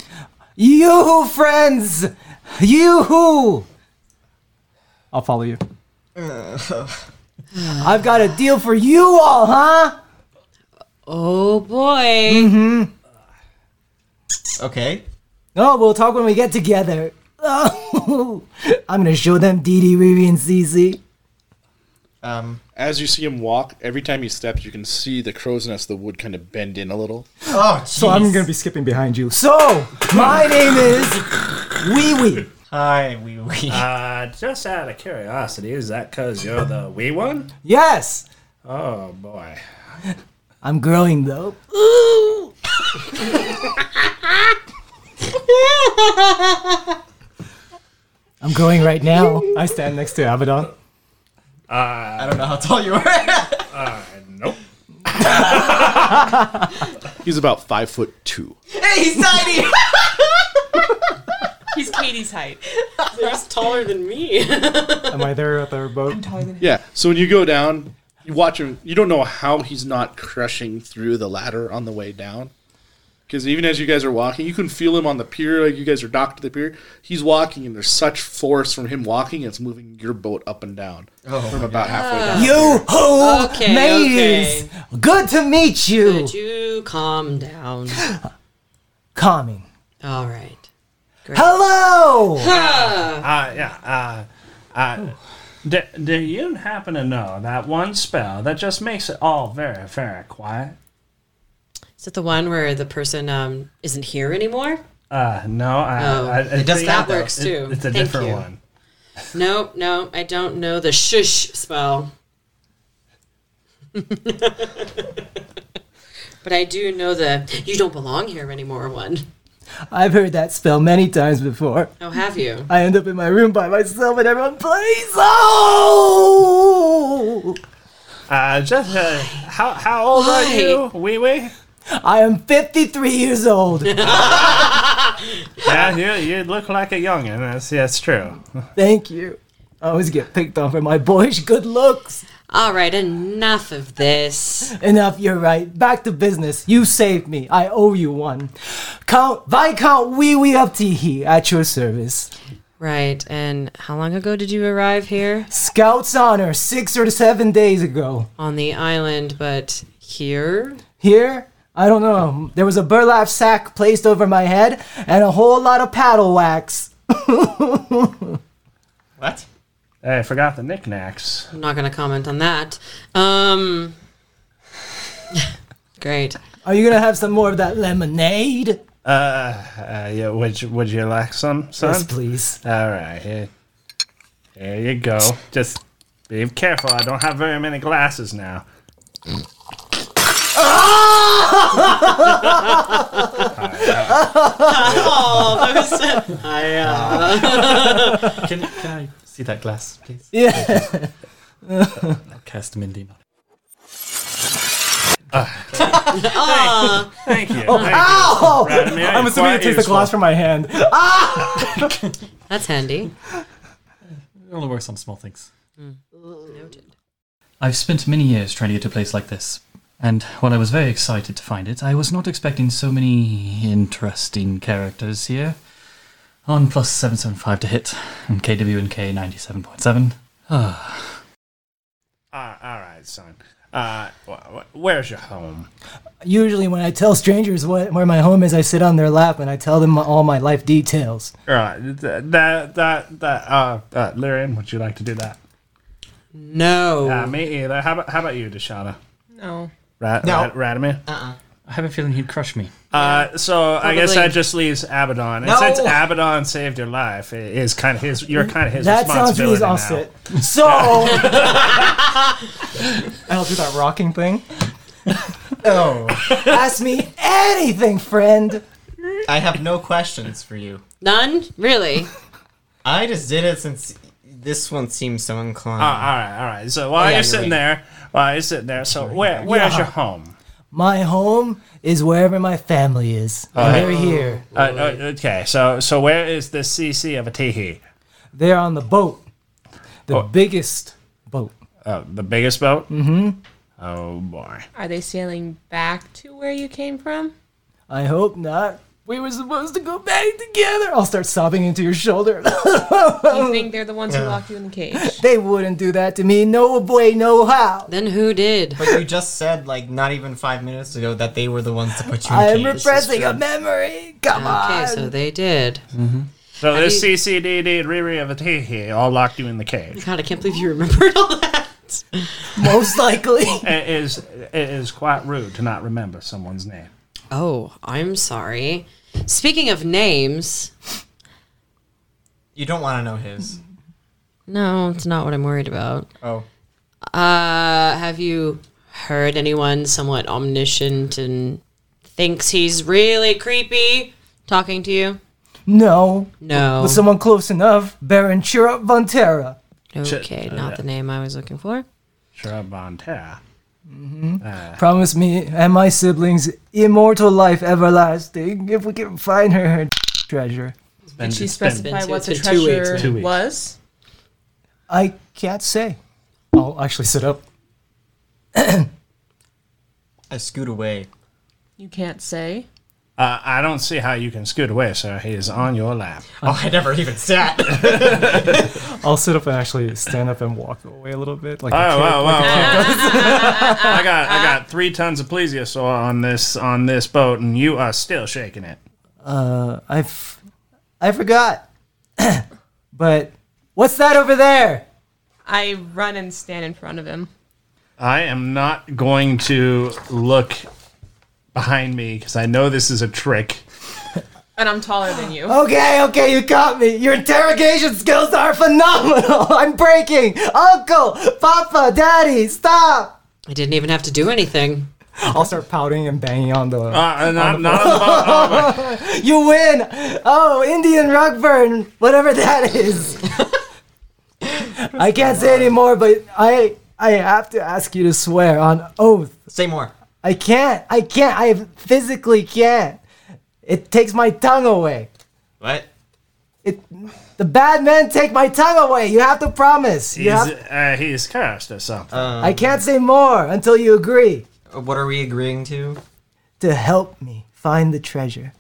Speaker 13: Yoo-hoo, friends! Yoo-hoo!
Speaker 11: I'll follow you.
Speaker 13: I've got a deal for you all, huh?
Speaker 2: Oh boy.
Speaker 4: Okay.
Speaker 13: No, we'll talk when we get together. Oh, I'm gonna show them Dee Dee, Riri, and Cece.
Speaker 4: Um.
Speaker 3: As you see him walk, every time he steps, you can see the crow's nest, the wood kind of bend in a little.
Speaker 4: Oh,
Speaker 11: So I'm
Speaker 4: jeez.
Speaker 11: gonna be skipping behind you.
Speaker 13: So, my name is Wee Wee.
Speaker 4: Hi, wee wee.
Speaker 5: Uh, just out of curiosity, is that because you're the wee one?
Speaker 13: Yes,
Speaker 5: Oh boy.
Speaker 13: I'm growing though. I'm growing right now.
Speaker 11: I stand next to Abaddon.
Speaker 4: I don't know how tall you are.
Speaker 5: Nope.
Speaker 3: He's about five foot two.
Speaker 4: hey, he's tiny.
Speaker 1: He's Katie's height.
Speaker 2: They're just taller than me.
Speaker 11: Am I there at the boat?
Speaker 3: Yeah. So when you go down, you watch him. You don't know how he's not crushing through the ladder on the way down. Because even as you guys are walking, you can feel him on the pier. Like you guys are docked to the pier. He's walking, and there's such force from him walking, it's moving your boat up and down from about halfway down.
Speaker 13: You ho,
Speaker 2: Okay,
Speaker 13: mateys.
Speaker 2: okay.
Speaker 13: Good to meet you.
Speaker 2: Could you calm down?
Speaker 13: Calming.
Speaker 2: All right.
Speaker 13: Hello.
Speaker 5: Uh, yeah. Uh, uh, do, do you happen to know that one spell that just makes it all very, very quiet?
Speaker 2: Is it the one where the person um, isn't here anymore?
Speaker 5: Uh, no. I,
Speaker 2: Oh,
Speaker 5: I, I
Speaker 4: it does
Speaker 5: think-
Speaker 4: that
Speaker 5: though.
Speaker 2: works,
Speaker 5: It-
Speaker 2: too.
Speaker 5: it's a
Speaker 2: Thank
Speaker 5: different
Speaker 2: you.
Speaker 5: one.
Speaker 2: No, no, I don't know the shush spell. but I do know the you don't belong here anymore one.
Speaker 13: I've heard that spell many times before.
Speaker 2: Oh, have you?
Speaker 13: I end up in my room by myself and everyone plays. Oh!
Speaker 5: Uh, just uh, how how old are
Speaker 2: Why?
Speaker 5: you, Wee Wee?
Speaker 13: I am 53 years old.
Speaker 5: Yeah, you you look like a youngin. That's that's true.
Speaker 13: Thank you. I always get picked on for my boyish good looks.
Speaker 2: All right, enough of this.
Speaker 13: Enough, you're right. Back to business. You saved me. I owe you one. Count Viscount Wee Wee Upteehee at your service.
Speaker 2: Right, and how long ago did you arrive here
Speaker 13: Scout's honor six or seven days ago.
Speaker 2: on the island? But here,
Speaker 13: Here, I don't know. There was a burlap sack placed over my head and a whole lot of paddle wax.
Speaker 4: What?
Speaker 3: Hey, I forgot the knickknacks.
Speaker 2: I'm not going to comment on that. Um, great.
Speaker 13: Are you gonna have some more of that lemonade?
Speaker 3: Uh, uh yeah, would you, would you like some, son?
Speaker 13: Yes, please.
Speaker 3: All right, here, there you go. Just be careful. I don't have very many glasses now.
Speaker 2: oh, those. I, uh,
Speaker 14: can, can I see that glass, please?
Speaker 13: Yeah.
Speaker 14: I'll cast Mindy on
Speaker 2: Aw.
Speaker 3: Thank you.
Speaker 13: Oh,
Speaker 3: Thank
Speaker 13: ow!
Speaker 3: you. Radomir,
Speaker 13: I'm
Speaker 3: you're
Speaker 13: assuming it
Speaker 3: quite
Speaker 13: takes the
Speaker 3: useful.
Speaker 13: glass from my hand. Ah!
Speaker 2: That's handy.
Speaker 14: It only works on small things.
Speaker 2: Noted.
Speaker 7: I've spent many years trying to get to a place like this, and while I was very excited to find it, I was not expecting so many interesting characters here. On plus 775 to hit, and KWNK 97.7. Ah,
Speaker 3: Ah, all right, son. Uh, wh- wh- where's your home?
Speaker 13: Usually, when I tell strangers what, where my home is, I sit on their lap and I tell them all my life details.
Speaker 3: Right, th- that that that. Uh, uh Lyrian, would you like to do that?
Speaker 2: No.
Speaker 3: Uh, me either. How about how about you, Deshana?
Speaker 1: No.
Speaker 3: Ra-
Speaker 4: No.
Speaker 3: Ra- Radomir.
Speaker 7: I have a feeling he'd crush me.
Speaker 3: Uh, so I guess
Speaker 2: Probably.
Speaker 3: that just leaves Abaddon. And
Speaker 4: No!
Speaker 3: since Abaddon saved your life, it is kind of his. You're kind of his
Speaker 13: that sounds really
Speaker 3: responsibility now.
Speaker 13: offset. So, I'll do that rocking thing.
Speaker 4: Oh.
Speaker 13: Ask me anything, friend.
Speaker 4: I have no questions for you.
Speaker 2: None? Really?
Speaker 4: I just did it since this one seems so inclined.
Speaker 3: Uh, all
Speaker 14: Ah,
Speaker 3: right, all right.
Speaker 5: Oh,
Speaker 3: So while
Speaker 4: yeah,
Speaker 3: you're
Speaker 4: you're
Speaker 3: sitting there, while you're sitting there, so where where's your home?
Speaker 13: My home is wherever my family is. And They're here.
Speaker 3: Uh, uh, okay, so so where is the CC of a teehee?
Speaker 13: They're on the boat, the biggest boat.
Speaker 3: Uh, the biggest boat. Mm-hmm. Oh boy.
Speaker 1: Are they sailing back to where you came from?
Speaker 13: I hope not. We were supposed to go back together. I'll start sobbing into your shoulder.
Speaker 1: You think they're the ones who locked you in the cage?
Speaker 13: they wouldn't do that to me. No way, no how.
Speaker 2: Then who did?
Speaker 4: But you just said, like, not even five minutes ago that they were the ones that put you in
Speaker 13: I am
Speaker 4: cages.
Speaker 13: repressing a memory. Come
Speaker 2: Okay,
Speaker 13: on.
Speaker 2: so they did.
Speaker 3: So
Speaker 2: I
Speaker 3: this
Speaker 2: mean-
Speaker 3: CCDD and Riri of a teehee all locked you in the cage.
Speaker 2: God, I can't believe you remembered all that.
Speaker 13: Most likely.
Speaker 3: It is it is quite rude to not remember someone's name.
Speaker 2: Oh, I'm sorry. Speaking of names,
Speaker 4: You don't want to know his.
Speaker 2: no, it's not what I'm worried about.
Speaker 4: Oh.
Speaker 2: Uh, have you heard anyone somewhat omniscient and thinks he's really creepy talking to you?
Speaker 13: No.
Speaker 2: No.
Speaker 13: But someone close enough. Baron Chirrup Von Terra.
Speaker 2: Okay,
Speaker 7: Oh,
Speaker 2: not the name I was looking for.
Speaker 3: Sure, Von Terra.
Speaker 13: Promise me and my siblings immortal life everlasting if we can find her her treasure.
Speaker 1: Did she
Speaker 2: been
Speaker 1: specify
Speaker 2: two-
Speaker 1: what the
Speaker 2: two- two weeks,
Speaker 1: treasure
Speaker 2: man.
Speaker 3: Two weeks.
Speaker 1: was?
Speaker 13: I can't say. I'll actually sit up.
Speaker 4: I scoot away.
Speaker 1: You can't say.
Speaker 3: Uh, I don't see how you can scoot away, sir. He is on your lap.
Speaker 4: Oh, I never even sat.
Speaker 5: I'll sit up and actually stand up and walk away a little bit. Like, a
Speaker 3: Oh,
Speaker 5: kid.
Speaker 3: wow, wow, I got I got three tons of plesiosaur on this on this boat, and you are still shaking it.
Speaker 13: Uh, I f- I forgot. but what's that over there?
Speaker 1: I run and stand in front of him.
Speaker 3: I am not going to look behind me because I know this is a trick.
Speaker 1: And I'm taller than you.
Speaker 3: Uh,
Speaker 13: Okay, okay, you caught me. Your interrogation skills are phenomenal. I'm breaking. Uncle, Papa, Daddy, stop.
Speaker 2: I didn't even have to do anything.
Speaker 13: I'll start pouting and banging on the.
Speaker 3: Uh, not, not on the boat. on the boat.
Speaker 13: You win! Oh, Indian rug burn, whatever that is. I can't say anymore, but I I have to ask you to swear on oath.
Speaker 4: Say more.
Speaker 13: I can't. I can't. I physically can't. It takes my tongue away.
Speaker 4: What?
Speaker 13: It the bad men take my tongue away. You have to promise. You have,
Speaker 3: He's, uh, he's cursed or
Speaker 5: Uh,
Speaker 3: something.
Speaker 13: I can't say more until you agree
Speaker 4: Uh, What are we agreeing to?
Speaker 13: to help me find the treasure.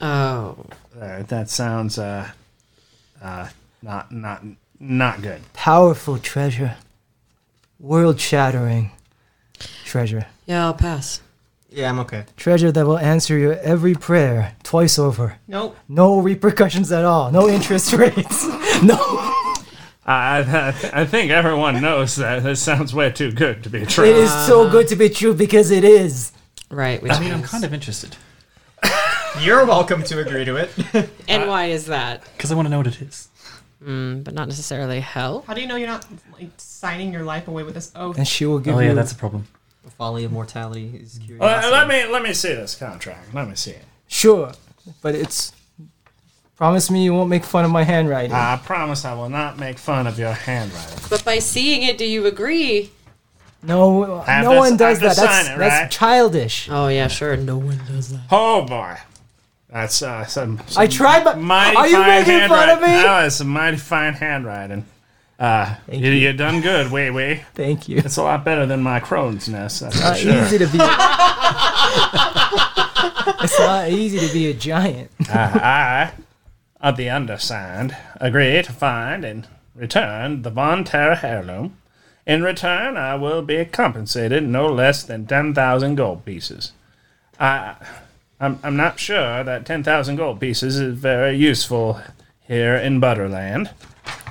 Speaker 2: Oh,
Speaker 3: Uh, that sounds uh, uh, not not not good.
Speaker 13: Powerful treasure. World-shattering treasure.
Speaker 2: yeah, I'll pass.
Speaker 4: Yeah, I'm okay.
Speaker 13: treasure that will answer your every prayer twice over.
Speaker 1: Nope.
Speaker 13: No repercussions at all. No interest rates. No.
Speaker 5: I, I, I think everyone knows that. This sounds way too good to be true.
Speaker 13: It is
Speaker 7: Uh-huh.
Speaker 13: so good to be true because it is.
Speaker 2: Right.
Speaker 7: I mean, I'm kind of interested
Speaker 4: You're welcome to agree to it.
Speaker 2: And why is that?
Speaker 7: because I want to know what it is.
Speaker 2: Mm, but not necessarily hell.
Speaker 1: How do you know you're not like signing your life away with this oath?
Speaker 13: And she will give
Speaker 7: oh yeah,
Speaker 13: you-
Speaker 7: that's a problem.
Speaker 4: The folly of mortality is
Speaker 5: Uh,
Speaker 4: curiosity.
Speaker 5: let me let me see this contract. Let me see it.
Speaker 13: Sure, but it's. Promise me you won't make fun of my handwriting.
Speaker 5: I promise I will not make fun of your handwriting.
Speaker 2: But by seeing it, do you agree?
Speaker 13: no,
Speaker 5: have
Speaker 13: no
Speaker 5: to-
Speaker 13: one does
Speaker 5: I have
Speaker 13: that.
Speaker 5: to sign
Speaker 13: That's,
Speaker 5: it, right?
Speaker 13: that's childish.
Speaker 2: Oh yeah, sure. No one does that.
Speaker 5: Oh boy, that's uh, some, some.
Speaker 13: I tried, but
Speaker 5: Mighty
Speaker 13: are you
Speaker 5: fine
Speaker 13: making fun of
Speaker 5: handwriting.
Speaker 13: me?
Speaker 5: That was some mighty fine handwriting. Uh, you, you done good, wee wee.
Speaker 13: Thank you.
Speaker 5: It's a lot better than my crone's nest.
Speaker 4: Uh,
Speaker 5: That's for
Speaker 13: Not
Speaker 5: sure.
Speaker 13: easy to be. it's not easy to be a giant.
Speaker 5: I, I, of the undersigned, agree to find and return the Von Terra heirloom. In return, I will be compensated no less than 10,000 gold pieces. I, I'm, I'm not sure that 10,000 gold pieces is very useful here in Butterland,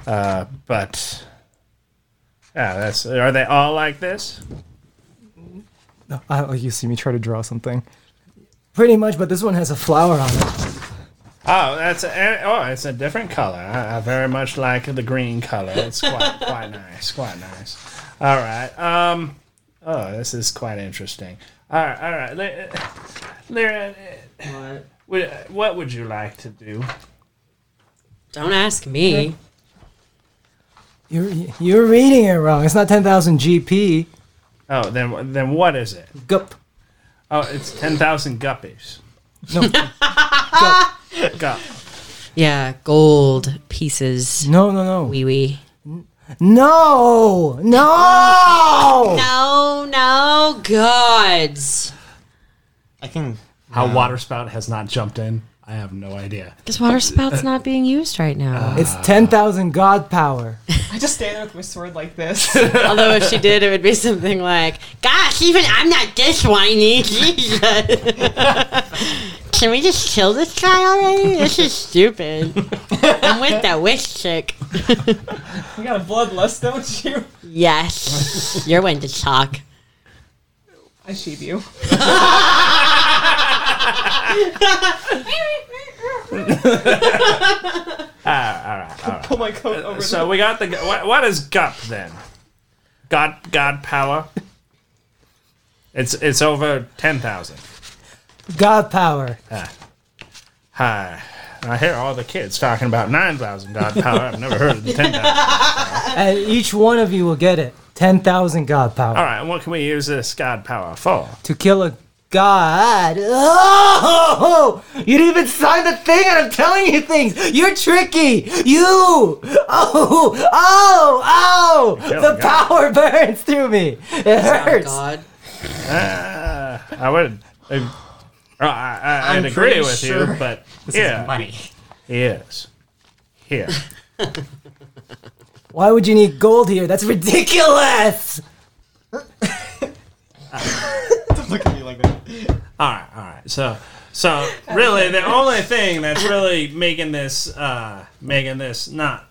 Speaker 5: uh, but. Yeah, that's. Are they all like this?
Speaker 13: No, I, oh, you see me try to draw something. Pretty much, but this one has a flower on it.
Speaker 5: Oh, that's a, oh, it's a different color. I, I very much like the green color. It's quite quite nice, quite nice. All right. Um. Oh, this is quite interesting. All right, all right. Ly- uh, Lyra, uh, would- uh, what would you like to do?
Speaker 2: Don't ask me.
Speaker 13: You're you're reading it wrong. It's not ten thousand GP.
Speaker 5: Oh, then then what is it?
Speaker 13: Gup.
Speaker 5: Oh, it's ten thousand guppies.
Speaker 13: No.
Speaker 5: Gup.
Speaker 2: Yeah, gold pieces.
Speaker 13: No, no, no.
Speaker 2: Wee wee.
Speaker 13: No! No!
Speaker 2: No, no, gods.
Speaker 4: I can.
Speaker 5: How waterspout has not jumped in? I have no idea.
Speaker 2: Because water spout's not being used right now.
Speaker 13: It's 10,000 god power.
Speaker 1: I just stand there with my sword like this.
Speaker 2: Although if she did, it would be something like, "Gosh, even I'm not this whiny." Jesus." Can we just kill this guy already? This is stupid. I'm with that witch chick.
Speaker 1: You got a bloodlust, don't you?
Speaker 2: Yes, you're one to talk.
Speaker 1: I sheep you. Pull my coat over.
Speaker 5: So we got the gu- what, what is gup then? God God power. It's it's over ten thousand.
Speaker 13: God power.
Speaker 5: Hi. I hear all the kids talking about 9,000 God power. I've never heard of the 10,000.
Speaker 13: And each one of you will get it. 10,000 god power.
Speaker 5: All right, what can we use this God power for?
Speaker 13: To kill a god. Oh! You didn't even sign the thing and I'm telling you things. You're tricky. You. Oh, oh, oh.
Speaker 5: You're
Speaker 13: The
Speaker 5: killing God.
Speaker 13: power burns through me. It hurts.
Speaker 2: Oh, God,
Speaker 5: Uh, I would. Uh, I, I,
Speaker 4: I'm
Speaker 5: I'd agree
Speaker 4: pretty
Speaker 5: with
Speaker 4: sure
Speaker 5: you, but
Speaker 4: This is
Speaker 5: yeah,
Speaker 4: money.
Speaker 5: he is. Here.
Speaker 13: Why would you need gold here? That's ridiculous.
Speaker 4: Don't look at me like that.
Speaker 5: All right, all right. So, so really, the only thing that's really making this uh, making this not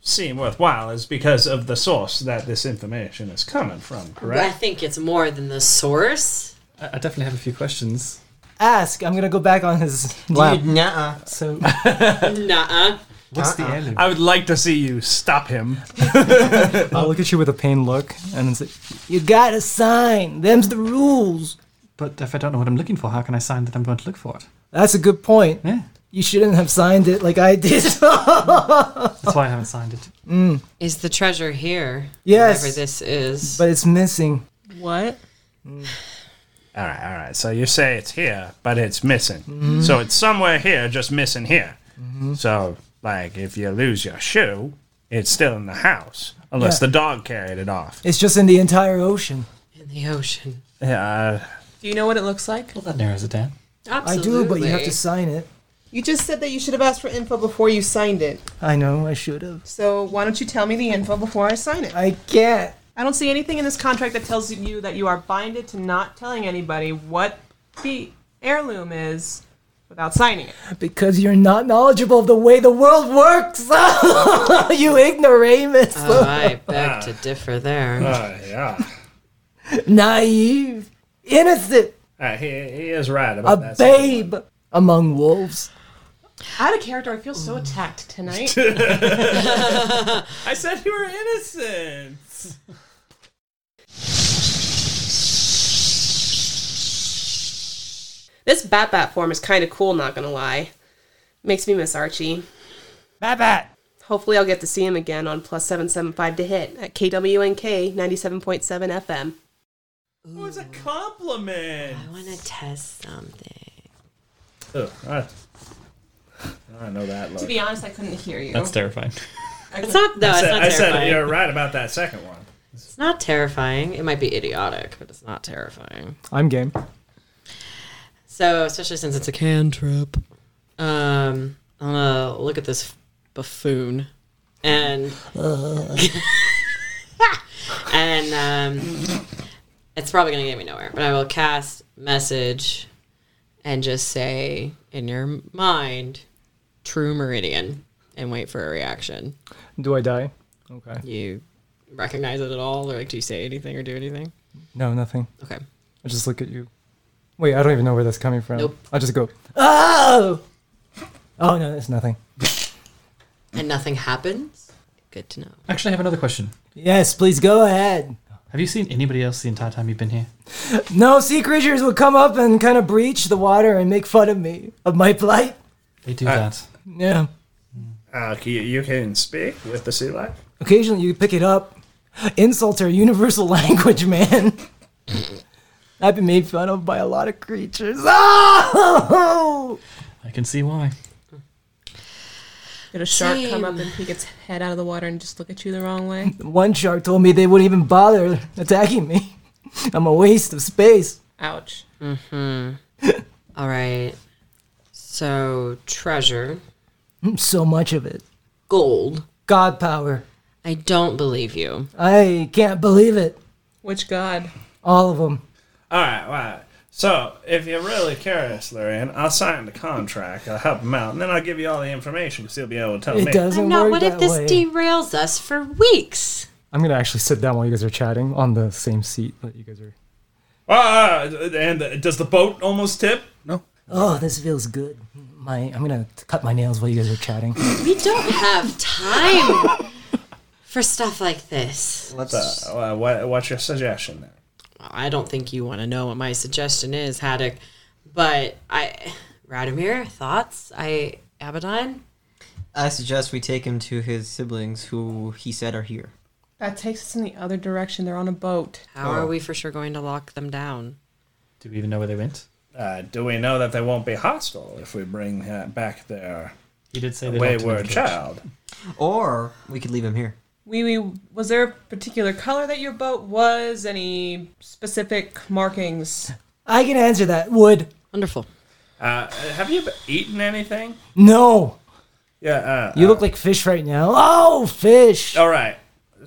Speaker 5: seem worthwhile is because of the source that this information is coming from.
Speaker 2: I
Speaker 5: Correct?
Speaker 2: think it's more than the source.
Speaker 7: I, I definitely have a few questions.
Speaker 13: Ask. I'm going to go back on his lap.
Speaker 4: Dude, nuh-uh.
Speaker 13: So
Speaker 2: Nuh-uh.
Speaker 7: What's the heirloom?
Speaker 5: I would like to see you stop him.
Speaker 13: I'll look at you with a pained look and then say, You gotta sign. Them's the rules.
Speaker 7: But if I don't know what I'm looking for, how can I sign that I'm going to look for it?
Speaker 13: That's a good point.
Speaker 7: Yeah,
Speaker 13: You shouldn't have signed it like I did.
Speaker 7: that's why I haven't signed it.
Speaker 2: Is the treasure here?
Speaker 13: Yes.
Speaker 2: Whatever this is.
Speaker 13: but it's missing.
Speaker 1: What?
Speaker 5: All right, all right. So you say it's here, but it's missing. So it's somewhere here, just missing here. So, like, if you lose your shoe, it's still in the house, unless
Speaker 13: Yeah.
Speaker 5: the dog carried it off.
Speaker 13: It's just in the entire ocean.
Speaker 2: in the ocean.
Speaker 5: Yeah, uh,
Speaker 1: Do you know what it looks like?
Speaker 7: Well, that narrows it down.
Speaker 13: I
Speaker 2: Absolutely.
Speaker 13: do, but you have to sign it.
Speaker 1: You just said that you should have asked for info before you signed it.
Speaker 13: I know, I should have.
Speaker 1: So why don't you tell me the info before I sign it?
Speaker 13: I can't.
Speaker 1: I don't see anything in this contract that tells you that you are binded to not telling anybody what the heirloom is, without signing it.
Speaker 13: Because you're not knowledgeable of the way the world works. you ignoramus.
Speaker 2: Oh, I beg to differ there.
Speaker 5: Uh, yeah.
Speaker 13: Naive. Innocent.
Speaker 5: Uh, he, he is right about
Speaker 13: A
Speaker 5: that.
Speaker 13: babe among wolves.
Speaker 1: Out of character, I feel so attacked tonight.
Speaker 5: I said you were innocent.
Speaker 1: This Bat Bat form is kind of cool, not gonna lie. Makes me miss Archie.
Speaker 13: Bat Bat!
Speaker 1: Hopefully, I'll get to see him again on plus 775 to hit at KWNK 97.7 FM.
Speaker 5: It was a compliment.
Speaker 2: I want to test something.
Speaker 5: Ugh, I, I know that look.
Speaker 1: To be honest, I couldn't hear you.
Speaker 5: That's
Speaker 7: terrifying.
Speaker 2: It's not though.
Speaker 5: I
Speaker 2: it's not
Speaker 5: said, I
Speaker 2: terrifying.
Speaker 5: said you're right about that second one.
Speaker 2: It's not terrifying. It might be idiotic, but it's not terrifying.
Speaker 11: I'm game.
Speaker 2: So, especially since it's a cantrip, um, I'm gonna look at this buffoon and and um, it's probably gonna get me nowhere. But I will cast message and just say in your mind, true meridian, and wait for a reaction.
Speaker 11: Do I die? Okay.
Speaker 2: You recognize it at all, or like, do you say anything or do anything?
Speaker 11: No, nothing.
Speaker 2: Okay.
Speaker 11: I just look at you. Wait, I don't even know where that's coming from.
Speaker 2: Nope.
Speaker 11: I just go,
Speaker 13: Oh! Oh, no, that's nothing.
Speaker 2: And nothing happens. Good to know.
Speaker 7: Actually, I have another question.
Speaker 13: Yes, please go ahead.
Speaker 7: Have you seen anybody else the entire time you've been here?
Speaker 13: No sea creatures would come up and kind of breach the water and make fun of me, of my plight.
Speaker 7: They do
Speaker 5: Uh,
Speaker 7: that.
Speaker 13: Yeah.
Speaker 5: Uh, you, you can speak with the sea life.
Speaker 13: Occasionally you pick it up. Insults are universal language, man. I've been made fun of by a lot of creatures. Oh!
Speaker 7: I can see why.
Speaker 1: Did a shark come up and peek its head out of the water and just look at you the wrong way?
Speaker 13: One shark told me they wouldn't even bother attacking me. I'm a waste of space.
Speaker 1: Ouch.
Speaker 2: Hmm. All right. So treasure,
Speaker 13: Mm, So much of it.
Speaker 2: gold.
Speaker 13: God power.
Speaker 2: I don't believe you.
Speaker 13: I can't believe it.
Speaker 1: Which god?
Speaker 13: All of them.
Speaker 5: All right, all right. So, if you're really curious, Lorian, I'll sign the contract. I'll help him out, and then I'll give you all the information because he'll be able to tell me.
Speaker 2: I'm not. What if this derails us for weeks?
Speaker 11: I'm going to actually sit down while you guys are chatting on the same seat that you guys are.
Speaker 5: Ah, and uh, does the boat almost tip?
Speaker 3: No.
Speaker 13: Oh, this feels good. My, I'm gonna cut my nails while you guys are chatting.
Speaker 2: We don't have time for stuff like this.
Speaker 5: Let's. Uh, uh, what, what's your suggestion there?
Speaker 2: I don't think you want to know what my suggestion is, Haddock. But I, Radomir, thoughts? I, Abaddon.
Speaker 4: I suggest we take him to his siblings, who he said are here.
Speaker 1: That takes us in the other direction. They're on a boat.
Speaker 2: How are we for sure going to lock them down?
Speaker 7: Do we even know where they went?
Speaker 5: Uh, do we know that they won't be hostile if we bring uh, back their
Speaker 7: He did say they don't
Speaker 5: wayward
Speaker 7: communicate.
Speaker 5: child?
Speaker 4: Or we could leave him here.
Speaker 1: Wee Wee, was there a particular color that your boat was? Any specific markings?
Speaker 13: I can answer that. Would
Speaker 2: Wonderful.
Speaker 5: Uh, have you eaten anything?
Speaker 13: no.
Speaker 5: Yeah. Uh,
Speaker 13: You look like fish right now. Oh, fish.
Speaker 5: All right.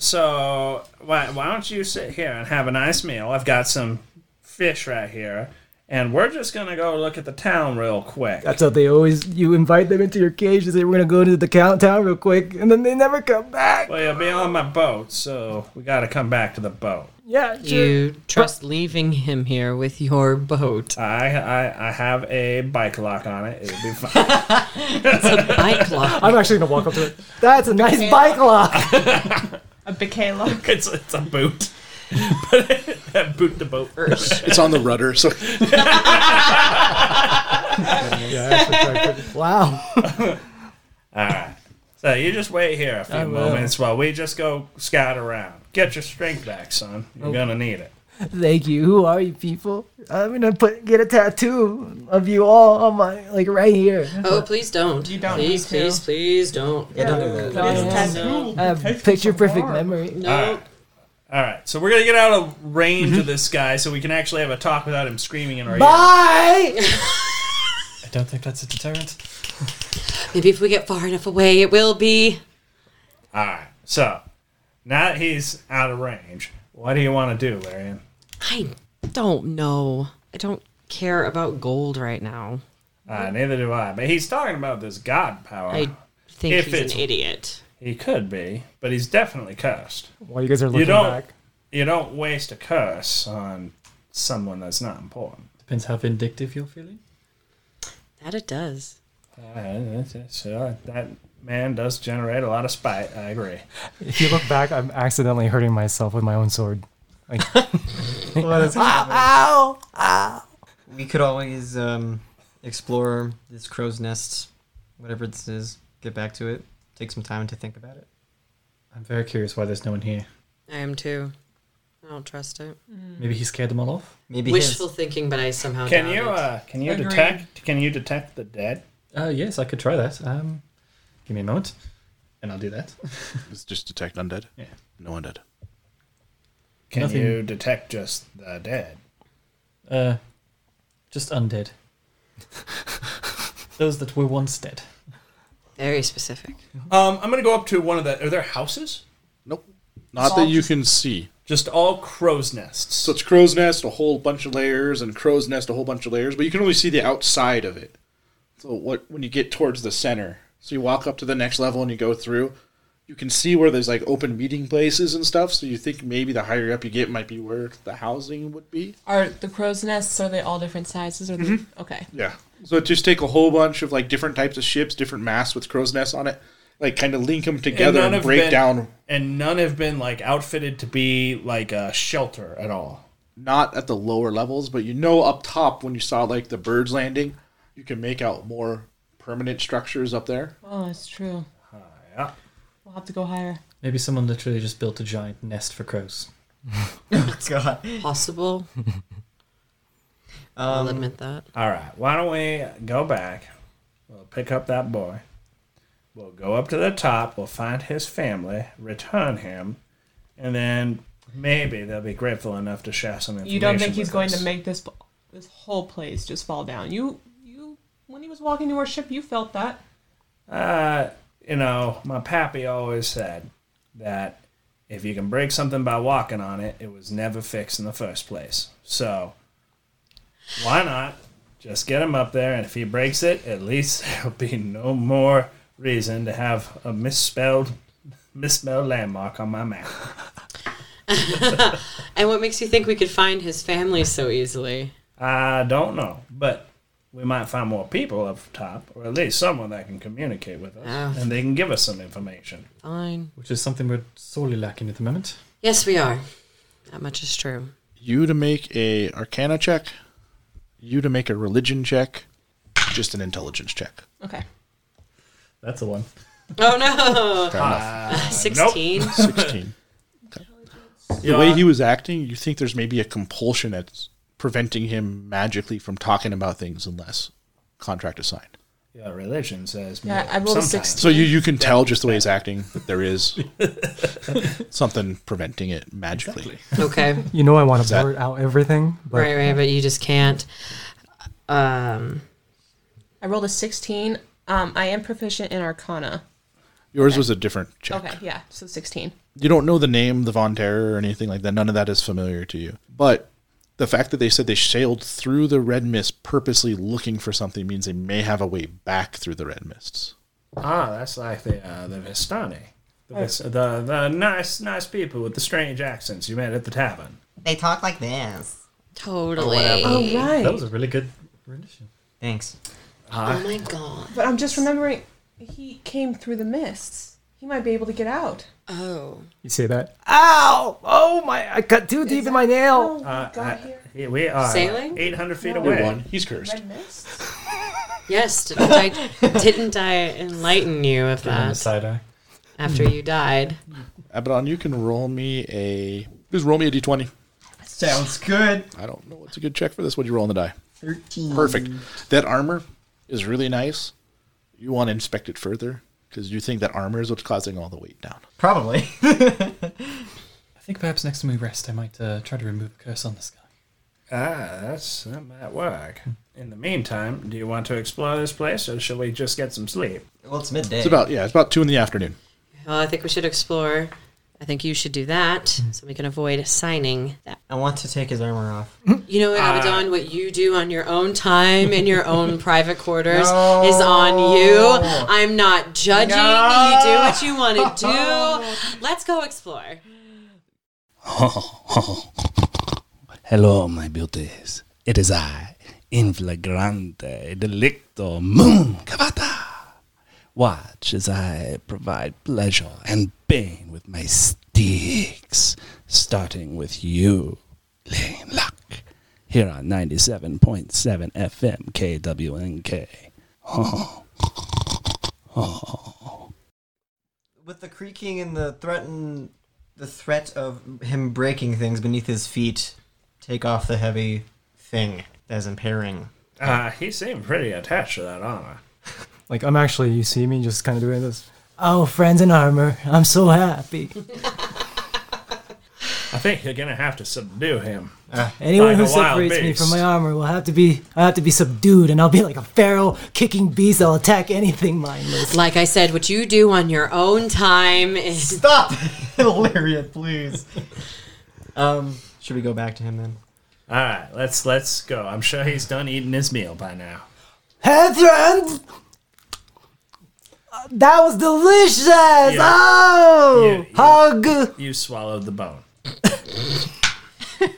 Speaker 5: So why why don't you sit here and have a nice meal? I've got some fish right here, and we're just gonna go look at the town real quick.
Speaker 13: That's how they always. You invite them into your cage and say we're gonna go to the countdown real quick, and then they never come back.
Speaker 5: Well, you'll be on my boat, so we got to come back to the boat.
Speaker 13: Yeah, sure.
Speaker 2: You trust leaving him here with your boat?
Speaker 5: I I, I have a bike lock on it. It'll be fine.
Speaker 2: It's a bike lock.
Speaker 11: I'm actually going to walk up to it.
Speaker 13: That's a nice bike lock.
Speaker 1: A bouquet lock.
Speaker 5: it's it's a boot. but boot the boat.
Speaker 3: It's on the rudder, so
Speaker 13: Wow.
Speaker 5: All right. So you just wait here a few
Speaker 13: I will.
Speaker 5: moments while we just go scout around. Get your strength back, son.
Speaker 13: Oh.
Speaker 5: You're gonna need it.
Speaker 13: Thank you. Who are you people? I'm gonna put get a tattoo of you all on my like right here.
Speaker 2: Oh, please don't. You
Speaker 1: don't
Speaker 2: Please,
Speaker 1: need to.
Speaker 2: please, please don't.
Speaker 4: Yeah, don't do that.
Speaker 13: I have picture perfect memory.
Speaker 5: All right. All right. So we're gonna get out of range
Speaker 7: Mm-hmm.
Speaker 5: of this guy, so we can actually have a talk without him screaming in our ear.
Speaker 13: Bye.
Speaker 7: I don't think that's a deterrent.
Speaker 2: Maybe if we get far enough away, it will be.
Speaker 5: All right. So now that he's out of range, what do you want to do, Larian?
Speaker 2: I don't know. I don't care about gold right now.
Speaker 7: Mm-hmm.
Speaker 5: Uh, neither do I. But he's talking about this god power.
Speaker 2: I think
Speaker 5: If
Speaker 2: he's an
Speaker 5: it's-
Speaker 2: idiot.
Speaker 5: He could be, but he's definitely cursed.
Speaker 11: While you guys are looking
Speaker 5: you don't,
Speaker 11: back.
Speaker 5: you don't waste a curse on someone that's not important.
Speaker 7: Depends how vindictive you're feeling.
Speaker 2: That it does.
Speaker 5: Uh, So that man does generate a lot of spite. I agree.
Speaker 11: If you look back, I'm accidentally hurting myself with my own sword. Like, What is happening?
Speaker 4: Ow! Ow! We could always um, explore this crow's nest, whatever this is, get back to it, take some time to think about it.
Speaker 7: I'm very curious why there's no one here.
Speaker 2: I am too. I don't trust it.
Speaker 7: Maybe he scared them all off.
Speaker 4: Maybe
Speaker 2: Wishful thinking, but I somehow
Speaker 5: Can
Speaker 2: doubt
Speaker 5: you
Speaker 2: it.
Speaker 5: uh, can you detect can you detect the dead?
Speaker 7: Uh, yes, I could try that. Um, give me a moment, and I'll do that.
Speaker 3: It's just detect undead.
Speaker 7: Yeah.
Speaker 3: No undead.
Speaker 5: Can
Speaker 7: Nothing.
Speaker 5: you detect just the dead?
Speaker 7: Uh, just undead. Those that were once dead.
Speaker 2: Very specific.
Speaker 5: Um, I'm gonna go up to one of the. Are there houses?
Speaker 3: Nope. Not that you can see.
Speaker 5: Just all crow's nests.
Speaker 3: So it's crow's nest, a whole bunch of layers, and crow's nest, a whole bunch of layers, but you can only see the outside of it. So what when you get towards the center, so you walk up to the next level and you go through, you can see where there's like open meeting places and stuff. So you think maybe the higher up you get might be where the housing would be.
Speaker 1: Are the crow's nests are they all different sizes? Or
Speaker 3: Mhm.
Speaker 1: okay,
Speaker 3: Yeah. So just take a whole bunch of like different types of ships, different masts with crow's nests on it, like kind of link them together
Speaker 5: none
Speaker 3: and,
Speaker 5: have
Speaker 3: break
Speaker 5: been-
Speaker 3: down.
Speaker 5: And none have been like outfitted to be like a shelter at all.
Speaker 3: Not at the lower levels, but you know up top when you saw like the birds landing, you can make out more permanent structures up there.
Speaker 1: oh, that's true.
Speaker 5: yeah.
Speaker 1: We'll have to go higher.
Speaker 7: Maybe someone literally just built a giant nest for crows.
Speaker 4: God.
Speaker 2: Possible.
Speaker 5: Um,
Speaker 2: I'll admit that.
Speaker 5: All right. Why don't we go back? We'll pick up that boy. We'll go up to the top. We'll find his family, return him, and then maybe they'll be grateful enough to share some information.
Speaker 1: You don't think he's
Speaker 5: with
Speaker 1: going
Speaker 5: us.
Speaker 1: to make this this whole place just fall down? You you when he was walking to our ship, you felt that.
Speaker 5: Uh, you know, my pappy always said that if you can break something by walking on it, it was never fixed in the first place. So why not just get him up there? And if he breaks it, at least there'll be no more reason to have a misspelled misspelled landmark on my map.
Speaker 2: And what makes you think we could find his family so easily?
Speaker 5: I don't know, but we might find more people up top, or at least someone that can communicate with us,
Speaker 2: Ah.
Speaker 5: and they can give us some information.
Speaker 2: Fine.
Speaker 7: Which is something we're sorely lacking at the moment.
Speaker 2: Yes, we are. That much is true.
Speaker 3: You to make a Arcana check, you to make a religion check, just an intelligence check.
Speaker 1: Okay.
Speaker 7: That's a one.
Speaker 2: Oh no!
Speaker 3: Fair enough.
Speaker 2: Sixteen.
Speaker 3: 16. The way he was acting, you think there's maybe a compulsion that's preventing him magically from talking about things unless contract is signed.
Speaker 5: Yeah, religion says.
Speaker 1: Yeah,
Speaker 5: more
Speaker 1: I rolled a
Speaker 5: sometimes.
Speaker 1: 16.
Speaker 3: So you, you can tell just the way he's acting that there is something preventing it magically.
Speaker 2: Okay.
Speaker 11: You know I want
Speaker 3: Is
Speaker 11: to
Speaker 3: that-
Speaker 11: blurt out everything, but
Speaker 2: right, right, but you just can't. Um,
Speaker 1: I rolled a sixteen. Um, I am proficient in Arcana.
Speaker 3: Yours was a different check.
Speaker 1: Okay, yeah, so sixteen.
Speaker 3: You don't know the name, the Von Terror, or anything like that. None of that is familiar to you. But the fact that they said they sailed through the red mist purposely looking for something means they may have a way back through the red mists.
Speaker 5: Ah, that's like the uh, the Vistani. The, Vis- the the nice nice people with the strange accents you met at the tavern.
Speaker 12: They talk like this.
Speaker 2: totally.
Speaker 1: Oh right.
Speaker 7: That was a really good rendition.
Speaker 12: Thanks.
Speaker 2: Oh my god.
Speaker 1: But I'm just remembering he came through the mists. He might be able to get out.
Speaker 2: Oh.
Speaker 11: you say that.
Speaker 13: Ow! Oh my! I cut too deep in my nail.
Speaker 5: Uh, I- yeah, we are
Speaker 2: Sailing?
Speaker 5: eight hundred feet
Speaker 3: Good
Speaker 5: away.
Speaker 3: one. He's cursed.
Speaker 1: mists?
Speaker 2: Yes, didn't I didn't I enlighten you of
Speaker 7: And the
Speaker 2: that
Speaker 7: side eye.
Speaker 2: after you died?
Speaker 3: Abaddon, you can roll me a. Just roll me a d20.
Speaker 4: Sounds good.
Speaker 3: I don't know what's a good check for this. What do you roll on the die?
Speaker 13: E.
Speaker 12: 13.
Speaker 3: Perfect. That armor is really nice. You want to inspect it further because you think that armor is what's causing all the weight down.
Speaker 4: Probably.
Speaker 7: I think perhaps next time we rest, I might uh, try to remove a curse on this guy.
Speaker 5: Ah, that's that might work. In the meantime, do you want to explore this place, or shall we just get some sleep?
Speaker 4: Well, it's midday.
Speaker 3: It's about yeah, it's about two in the afternoon.
Speaker 2: Well, I think we should explore. I think you should do that so we can avoid signing that.
Speaker 4: I want to take his armor off.
Speaker 2: You know what, Abaddon? What you do on your own time in your own private quarters is on you. I'm not judging. You do what you want to do. Let's go explore.
Speaker 15: Hello, my beauties. It is I, in flagrante delicto, moon cavata. Watch as I provide pleasure and pain with my sticks, starting with you, Lane Luck, here on 97.7 FM KWNK. Oh, oh.
Speaker 4: With the creaking and the threaten, the threat of him breaking things beneath his feet, take off the heavy thing that is impairing.
Speaker 5: Uh, he seemed pretty attached to that armor.
Speaker 11: Like I'm actually, you see me just kind of doing this.
Speaker 13: Oh, friends in armor, I'm so happy.
Speaker 5: I think you're gonna have to subdue him.
Speaker 13: Anyone
Speaker 5: like
Speaker 13: who
Speaker 5: a wild
Speaker 13: separates me from
Speaker 5: beast.
Speaker 13: my armor will have to be I have to be subdued and I'll be like a feral kicking beast that'll attack anything mindless.
Speaker 2: Like I said, what you do on your own time is.
Speaker 4: Stop! Hilaria, please. Um, should we go back to him then?
Speaker 5: All right, let's let's go. I'm sure he's done eating his meal by now.
Speaker 13: Heathrend! Uh, That was delicious!
Speaker 5: You-
Speaker 13: Oh!
Speaker 5: you-
Speaker 13: how good!
Speaker 5: You swallowed the bone.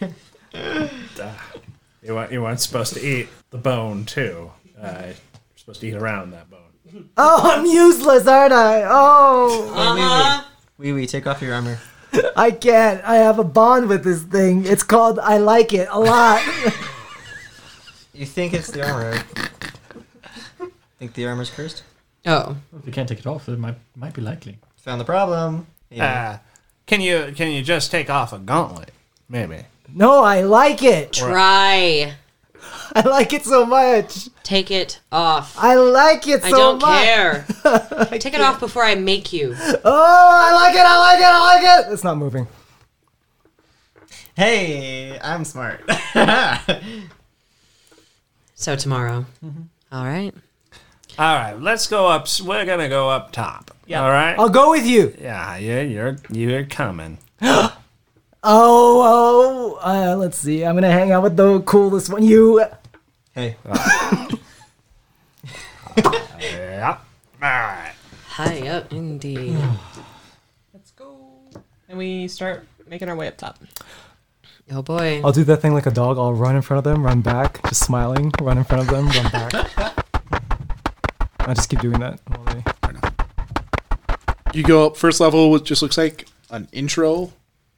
Speaker 5: Uh, you weren't you weren't supposed to eat the bone too. Uh, you're supposed to eat around that bone.
Speaker 13: Oh, I'm useless, aren't I? Oh!
Speaker 4: Wee wee, take off your armor.
Speaker 13: I can't. I have a bond with this thing. It's called I like it a lot.
Speaker 4: You think it's the armor? right? think the armor's cursed?
Speaker 2: Oh.
Speaker 7: If you can't take it off, it might might be likely.
Speaker 4: Found the problem.
Speaker 5: Uh, can you can you just take off a gauntlet? Maybe.
Speaker 13: no, I like it.
Speaker 2: Try.
Speaker 13: I like it so much.
Speaker 2: Take it off.
Speaker 13: I like it so
Speaker 2: I don't
Speaker 13: much.
Speaker 2: care. Take it off before I make you.
Speaker 13: Oh, I like it. I like it. I like it. It's not moving.
Speaker 4: Hey, I'm smart.
Speaker 2: So tomorrow. All right.
Speaker 5: All right, let's go up. We're gonna go up top. All right.
Speaker 13: I'll go with you.
Speaker 5: Yeah, yeah, you're you're coming.
Speaker 13: Oh, oh. Uh, let's see. I'm gonna hang out with the coolest one. You.
Speaker 4: Hey.
Speaker 5: yeah. All right.
Speaker 2: High up indeed.
Speaker 1: And we start making our way up top.
Speaker 2: Oh boy.
Speaker 11: I'll do that thing like a dog. I'll run in front of them, run back, just smiling. Run in front of them, run back. I just keep doing that. While they...
Speaker 3: You go up first level, which just looks like an intro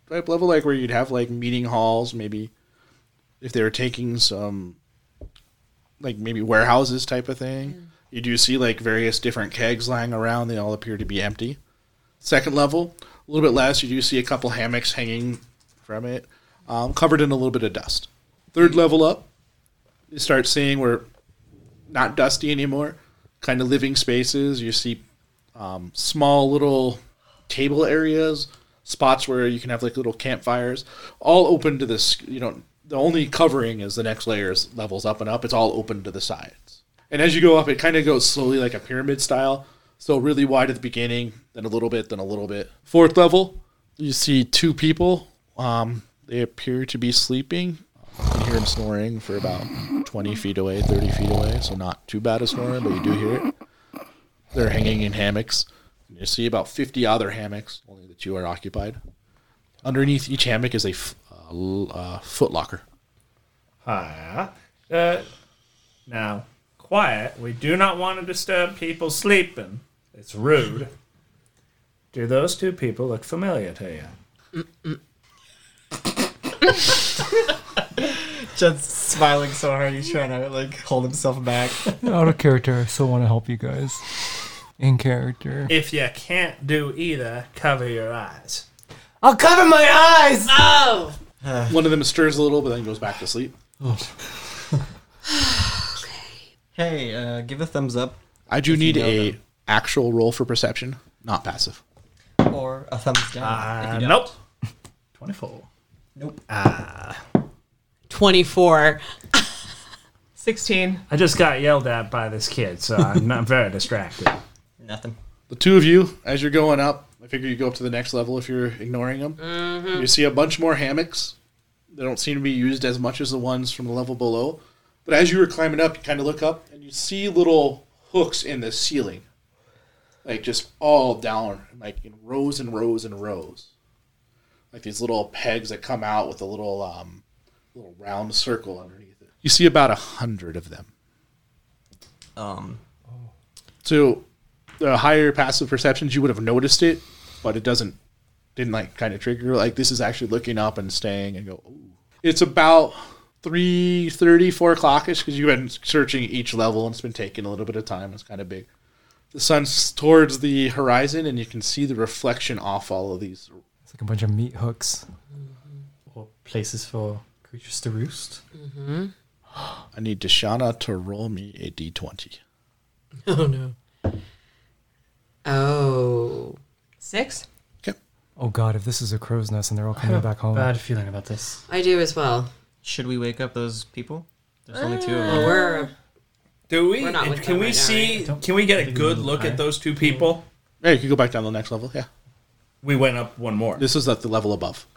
Speaker 3: type level, like where you'd have like meeting halls, maybe if they were taking some like maybe warehouses type of thing. You do see like various different kegs lying around, they all appear to be empty. Second level, a little bit less, you do see a couple hammocks hanging from it, um, covered in a little bit of dust. Third level up, you start seeing where not dusty anymore, kind of living spaces. You see um, small little table areas, spots where you can have like little campfires, all open to this. You know, the only covering is the next layers levels up and up. It's all open to the sides, and as you go up, it kind of goes slowly like a pyramid style. So really wide at the beginning, then a little bit, then a little bit. Fourth level, you see two people. Um, they appear to be sleeping. You can hear them snoring for about 20 feet away, 30 feet away, so not too bad a snoring, but you do hear it. They're hanging in hammocks. And you see about 50 other hammocks, only the two are occupied. Underneath each hammock is a f- uh, l- uh, foot locker.
Speaker 5: Hi. Uh, now, quiet. We do not want to disturb people sleeping. It's rude. Do those two people look familiar to you?
Speaker 4: Just smiling so hard, he's trying to like hold himself back.
Speaker 11: Out of character, I still want to help you guys. In character.
Speaker 5: If you can't do either, cover your eyes.
Speaker 13: I'll cover my eyes.
Speaker 2: No.
Speaker 3: One of them stirs a little, but then goes back to sleep.
Speaker 4: Hey, uh, give a thumbs up.
Speaker 3: I do
Speaker 4: If you
Speaker 3: need
Speaker 4: know
Speaker 3: a actual roll for perception, not passive.
Speaker 4: Or a thumbs down.
Speaker 5: Uh,
Speaker 4: if you
Speaker 5: nope.
Speaker 7: 24.
Speaker 4: Nope.
Speaker 5: Ah.
Speaker 2: 24.
Speaker 1: 16.
Speaker 5: I just got yelled at by this kid, so I'm not very distracted.
Speaker 4: Nothing.
Speaker 3: The two of you, as you're going up, I figure you go up to the next level if you're ignoring them.
Speaker 2: Mhm.
Speaker 3: You see a bunch more hammocks. They don't seem to be used as much as the ones from the level below. But as you were climbing up, you kind of look up and you see little hooks in the ceiling, like just all down, like in rows and rows and rows, like these little pegs that come out with a little um, little round circle underneath it. You see about a hundred of them.
Speaker 4: Um.
Speaker 3: So the higher passive perceptions, you would have noticed it, but it doesn't didn't like kind of trigger. Like this is actually looking up and staying and go. Ooh. It's about three thirty, four o'clock ish because you've been searching each level and it's been taking a little bit of time. It's kind of big. The sun's towards the horizon, and you can see the reflection off all of these.
Speaker 7: It's like a bunch of meat hooks or places for creatures to roost.
Speaker 2: Mm-hmm.
Speaker 3: I need Deshana to roll me a d20.
Speaker 2: Oh no. Oh.
Speaker 11: Six?
Speaker 7: Oh god, if this is a crow's nest and they're all coming
Speaker 11: have a
Speaker 7: back home.
Speaker 11: bad
Speaker 7: feeling about this.
Speaker 2: I do as well.
Speaker 4: Should we wake up those people? There's only two of
Speaker 2: Uh,
Speaker 4: them.
Speaker 2: Well, we're-
Speaker 5: Do we?
Speaker 2: We're not with
Speaker 5: can
Speaker 2: them
Speaker 5: we
Speaker 2: right now,
Speaker 5: see? Can we get a good look at those two people?
Speaker 3: Yeah, you can go back down to the next level. Yeah.
Speaker 5: We went up one more.
Speaker 3: This is at the level above.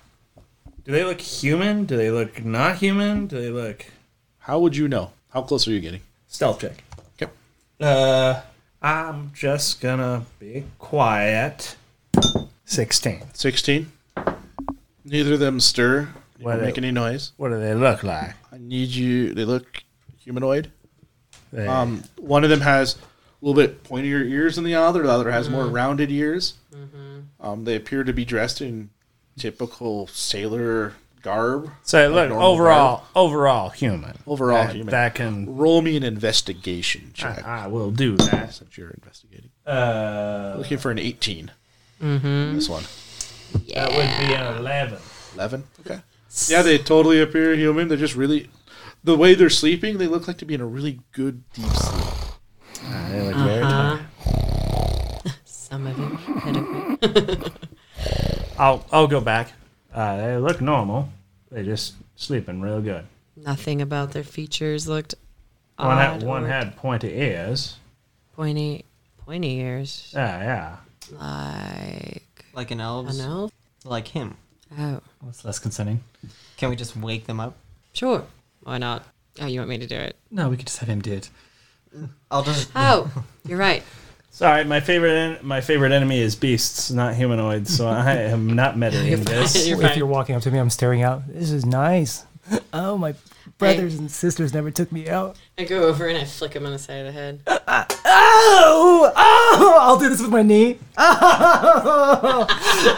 Speaker 5: Do they look human? Do they look not human? Do they look?
Speaker 3: How would you know? How close are you getting?
Speaker 5: Stealth check.
Speaker 3: Yep.
Speaker 5: Uh, I'm just gonna be quiet. Sixteen.
Speaker 3: Sixteen. Neither of them stir. They
Speaker 5: What
Speaker 3: don't make
Speaker 5: do-
Speaker 3: any noise.
Speaker 5: What do they look like?
Speaker 3: I need you. They look humanoid.
Speaker 5: They-
Speaker 3: Um, one of them has a little bit pointier ears than the other. The other has more
Speaker 5: Mm-hmm.
Speaker 3: rounded ears. Um, they appear to be dressed in typical sailor garb.
Speaker 5: So
Speaker 3: like
Speaker 5: look,
Speaker 3: normal
Speaker 5: overall,
Speaker 3: garb.
Speaker 5: overall human.
Speaker 3: Overall
Speaker 5: that,
Speaker 3: human.
Speaker 5: That can
Speaker 3: roll me an investigation check.
Speaker 5: I, I will do that.
Speaker 3: Since you're investigating,
Speaker 5: uh,
Speaker 3: looking for an eighteen.
Speaker 5: Mhm.
Speaker 3: This one.
Speaker 5: That would be an eleven.
Speaker 3: 11 okay yeah they totally appear human they're just really the way they're sleeping they look like to be in a really good deep sleep
Speaker 5: they look
Speaker 2: very Uh-huh. Some of it. adequate.
Speaker 5: I'll I'll go back. Uh, they look normal. They just sleeping real good.
Speaker 2: Nothing about their features looked
Speaker 5: One
Speaker 2: odd
Speaker 5: had one
Speaker 2: or
Speaker 5: had pointy ears.
Speaker 2: pointy, pointy ears.
Speaker 5: Yeah, yeah.
Speaker 2: Like
Speaker 4: Like an elves.
Speaker 2: An elf?
Speaker 4: Like him.
Speaker 2: oh,
Speaker 4: That's less concerning. Can we just wake them up?
Speaker 2: sure. Why not? Oh, you want me to do it?
Speaker 16: No, we could just have him do it.
Speaker 4: I'll just.
Speaker 2: Oh, you're right.
Speaker 5: Sorry, my favorite en- my favorite enemy is beasts, not humanoids. So I am not meddling with this.
Speaker 7: if you're walking up to me, I'm staring out. This is nice. Oh, my brothers and sisters never took me out.
Speaker 2: I go over and I flick him on the side of the head.
Speaker 13: Oh! Oh! I'll do this with my knee. Oh!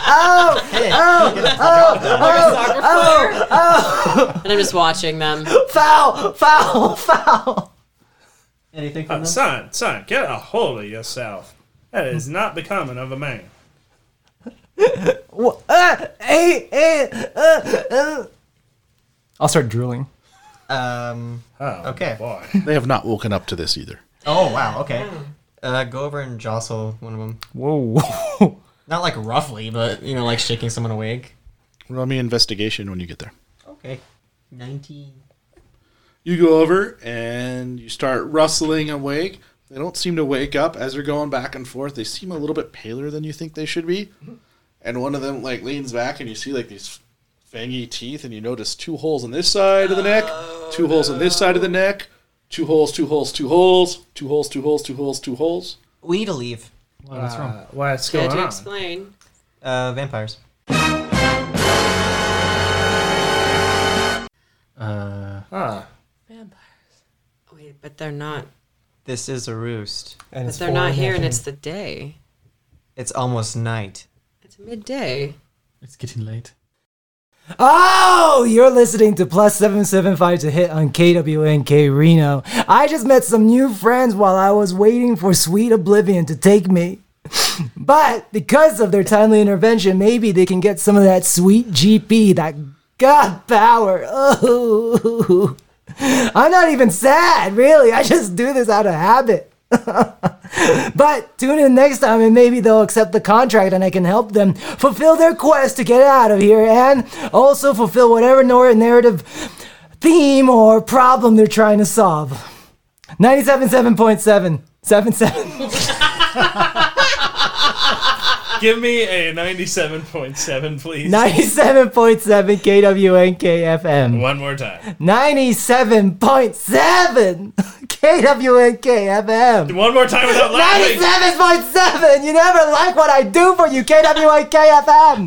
Speaker 13: Oh! Oh! Oh! Oh! Oh! Oh!
Speaker 2: And I'm just watching them.
Speaker 13: Foul! Foul! Foul!
Speaker 4: Anything
Speaker 5: from Uh, Son, son, get a hold of yourself. That is not becoming of a man.
Speaker 13: Wha- ah, eh, eh, uh, uh.
Speaker 7: I'll start drilling.
Speaker 4: Um.
Speaker 5: Oh,
Speaker 4: okay.
Speaker 3: they have not woken up to this either
Speaker 4: Oh wow. Okay. Uh, go over and jostle one of them.
Speaker 7: Whoa.
Speaker 4: Not like roughly, but you know, like shaking someone awake.
Speaker 3: roll me investigation when you get there
Speaker 4: Okay. Nineteen.
Speaker 3: you go over and you start rustling awake they don't seem to wake up as they're going back and forth they seem a little bit paler than you think they should be and one of them like leans back and you see like these fangy teeth and you notice two holes on this side of the neck two holes on this side of the neck two holes two holes two holes two holes two holes two holes two holes
Speaker 4: we need to leave
Speaker 2: what's wrong?
Speaker 5: Uh, what's
Speaker 2: Care
Speaker 5: going
Speaker 2: to
Speaker 5: on?
Speaker 2: explain?
Speaker 4: Uh, vampires.
Speaker 16: Uh.
Speaker 5: Ah.
Speaker 2: Vampires. Wait, but they're not.
Speaker 4: This is a roost.
Speaker 2: but they're not here, and it's the day.
Speaker 4: It's almost night.
Speaker 2: It's midday.
Speaker 16: It's getting late.
Speaker 13: Oh, you're listening to Plus 775 to hit on KWNK Reno. I just met some new friends while I was waiting for Sweet Oblivion to take me. But because of their timely intervention, maybe they can get some of that sweet GP, that God power. Oh, I'm not even sad, really. I just do this out of habit. But tune in next time and maybe they'll accept the contract and I can help them fulfill their quest to get out of here and also fulfill whatever nor- narrative theme or problem they're trying to solve. 97.7.7. 77.
Speaker 5: Give me a 97.7, please.
Speaker 13: 97.7 KWNKFM.
Speaker 5: One more time.
Speaker 13: 97.7 KWNKFM.
Speaker 5: One more time without laughing.
Speaker 13: 97.7. You never like what I do for you, KWNKFM.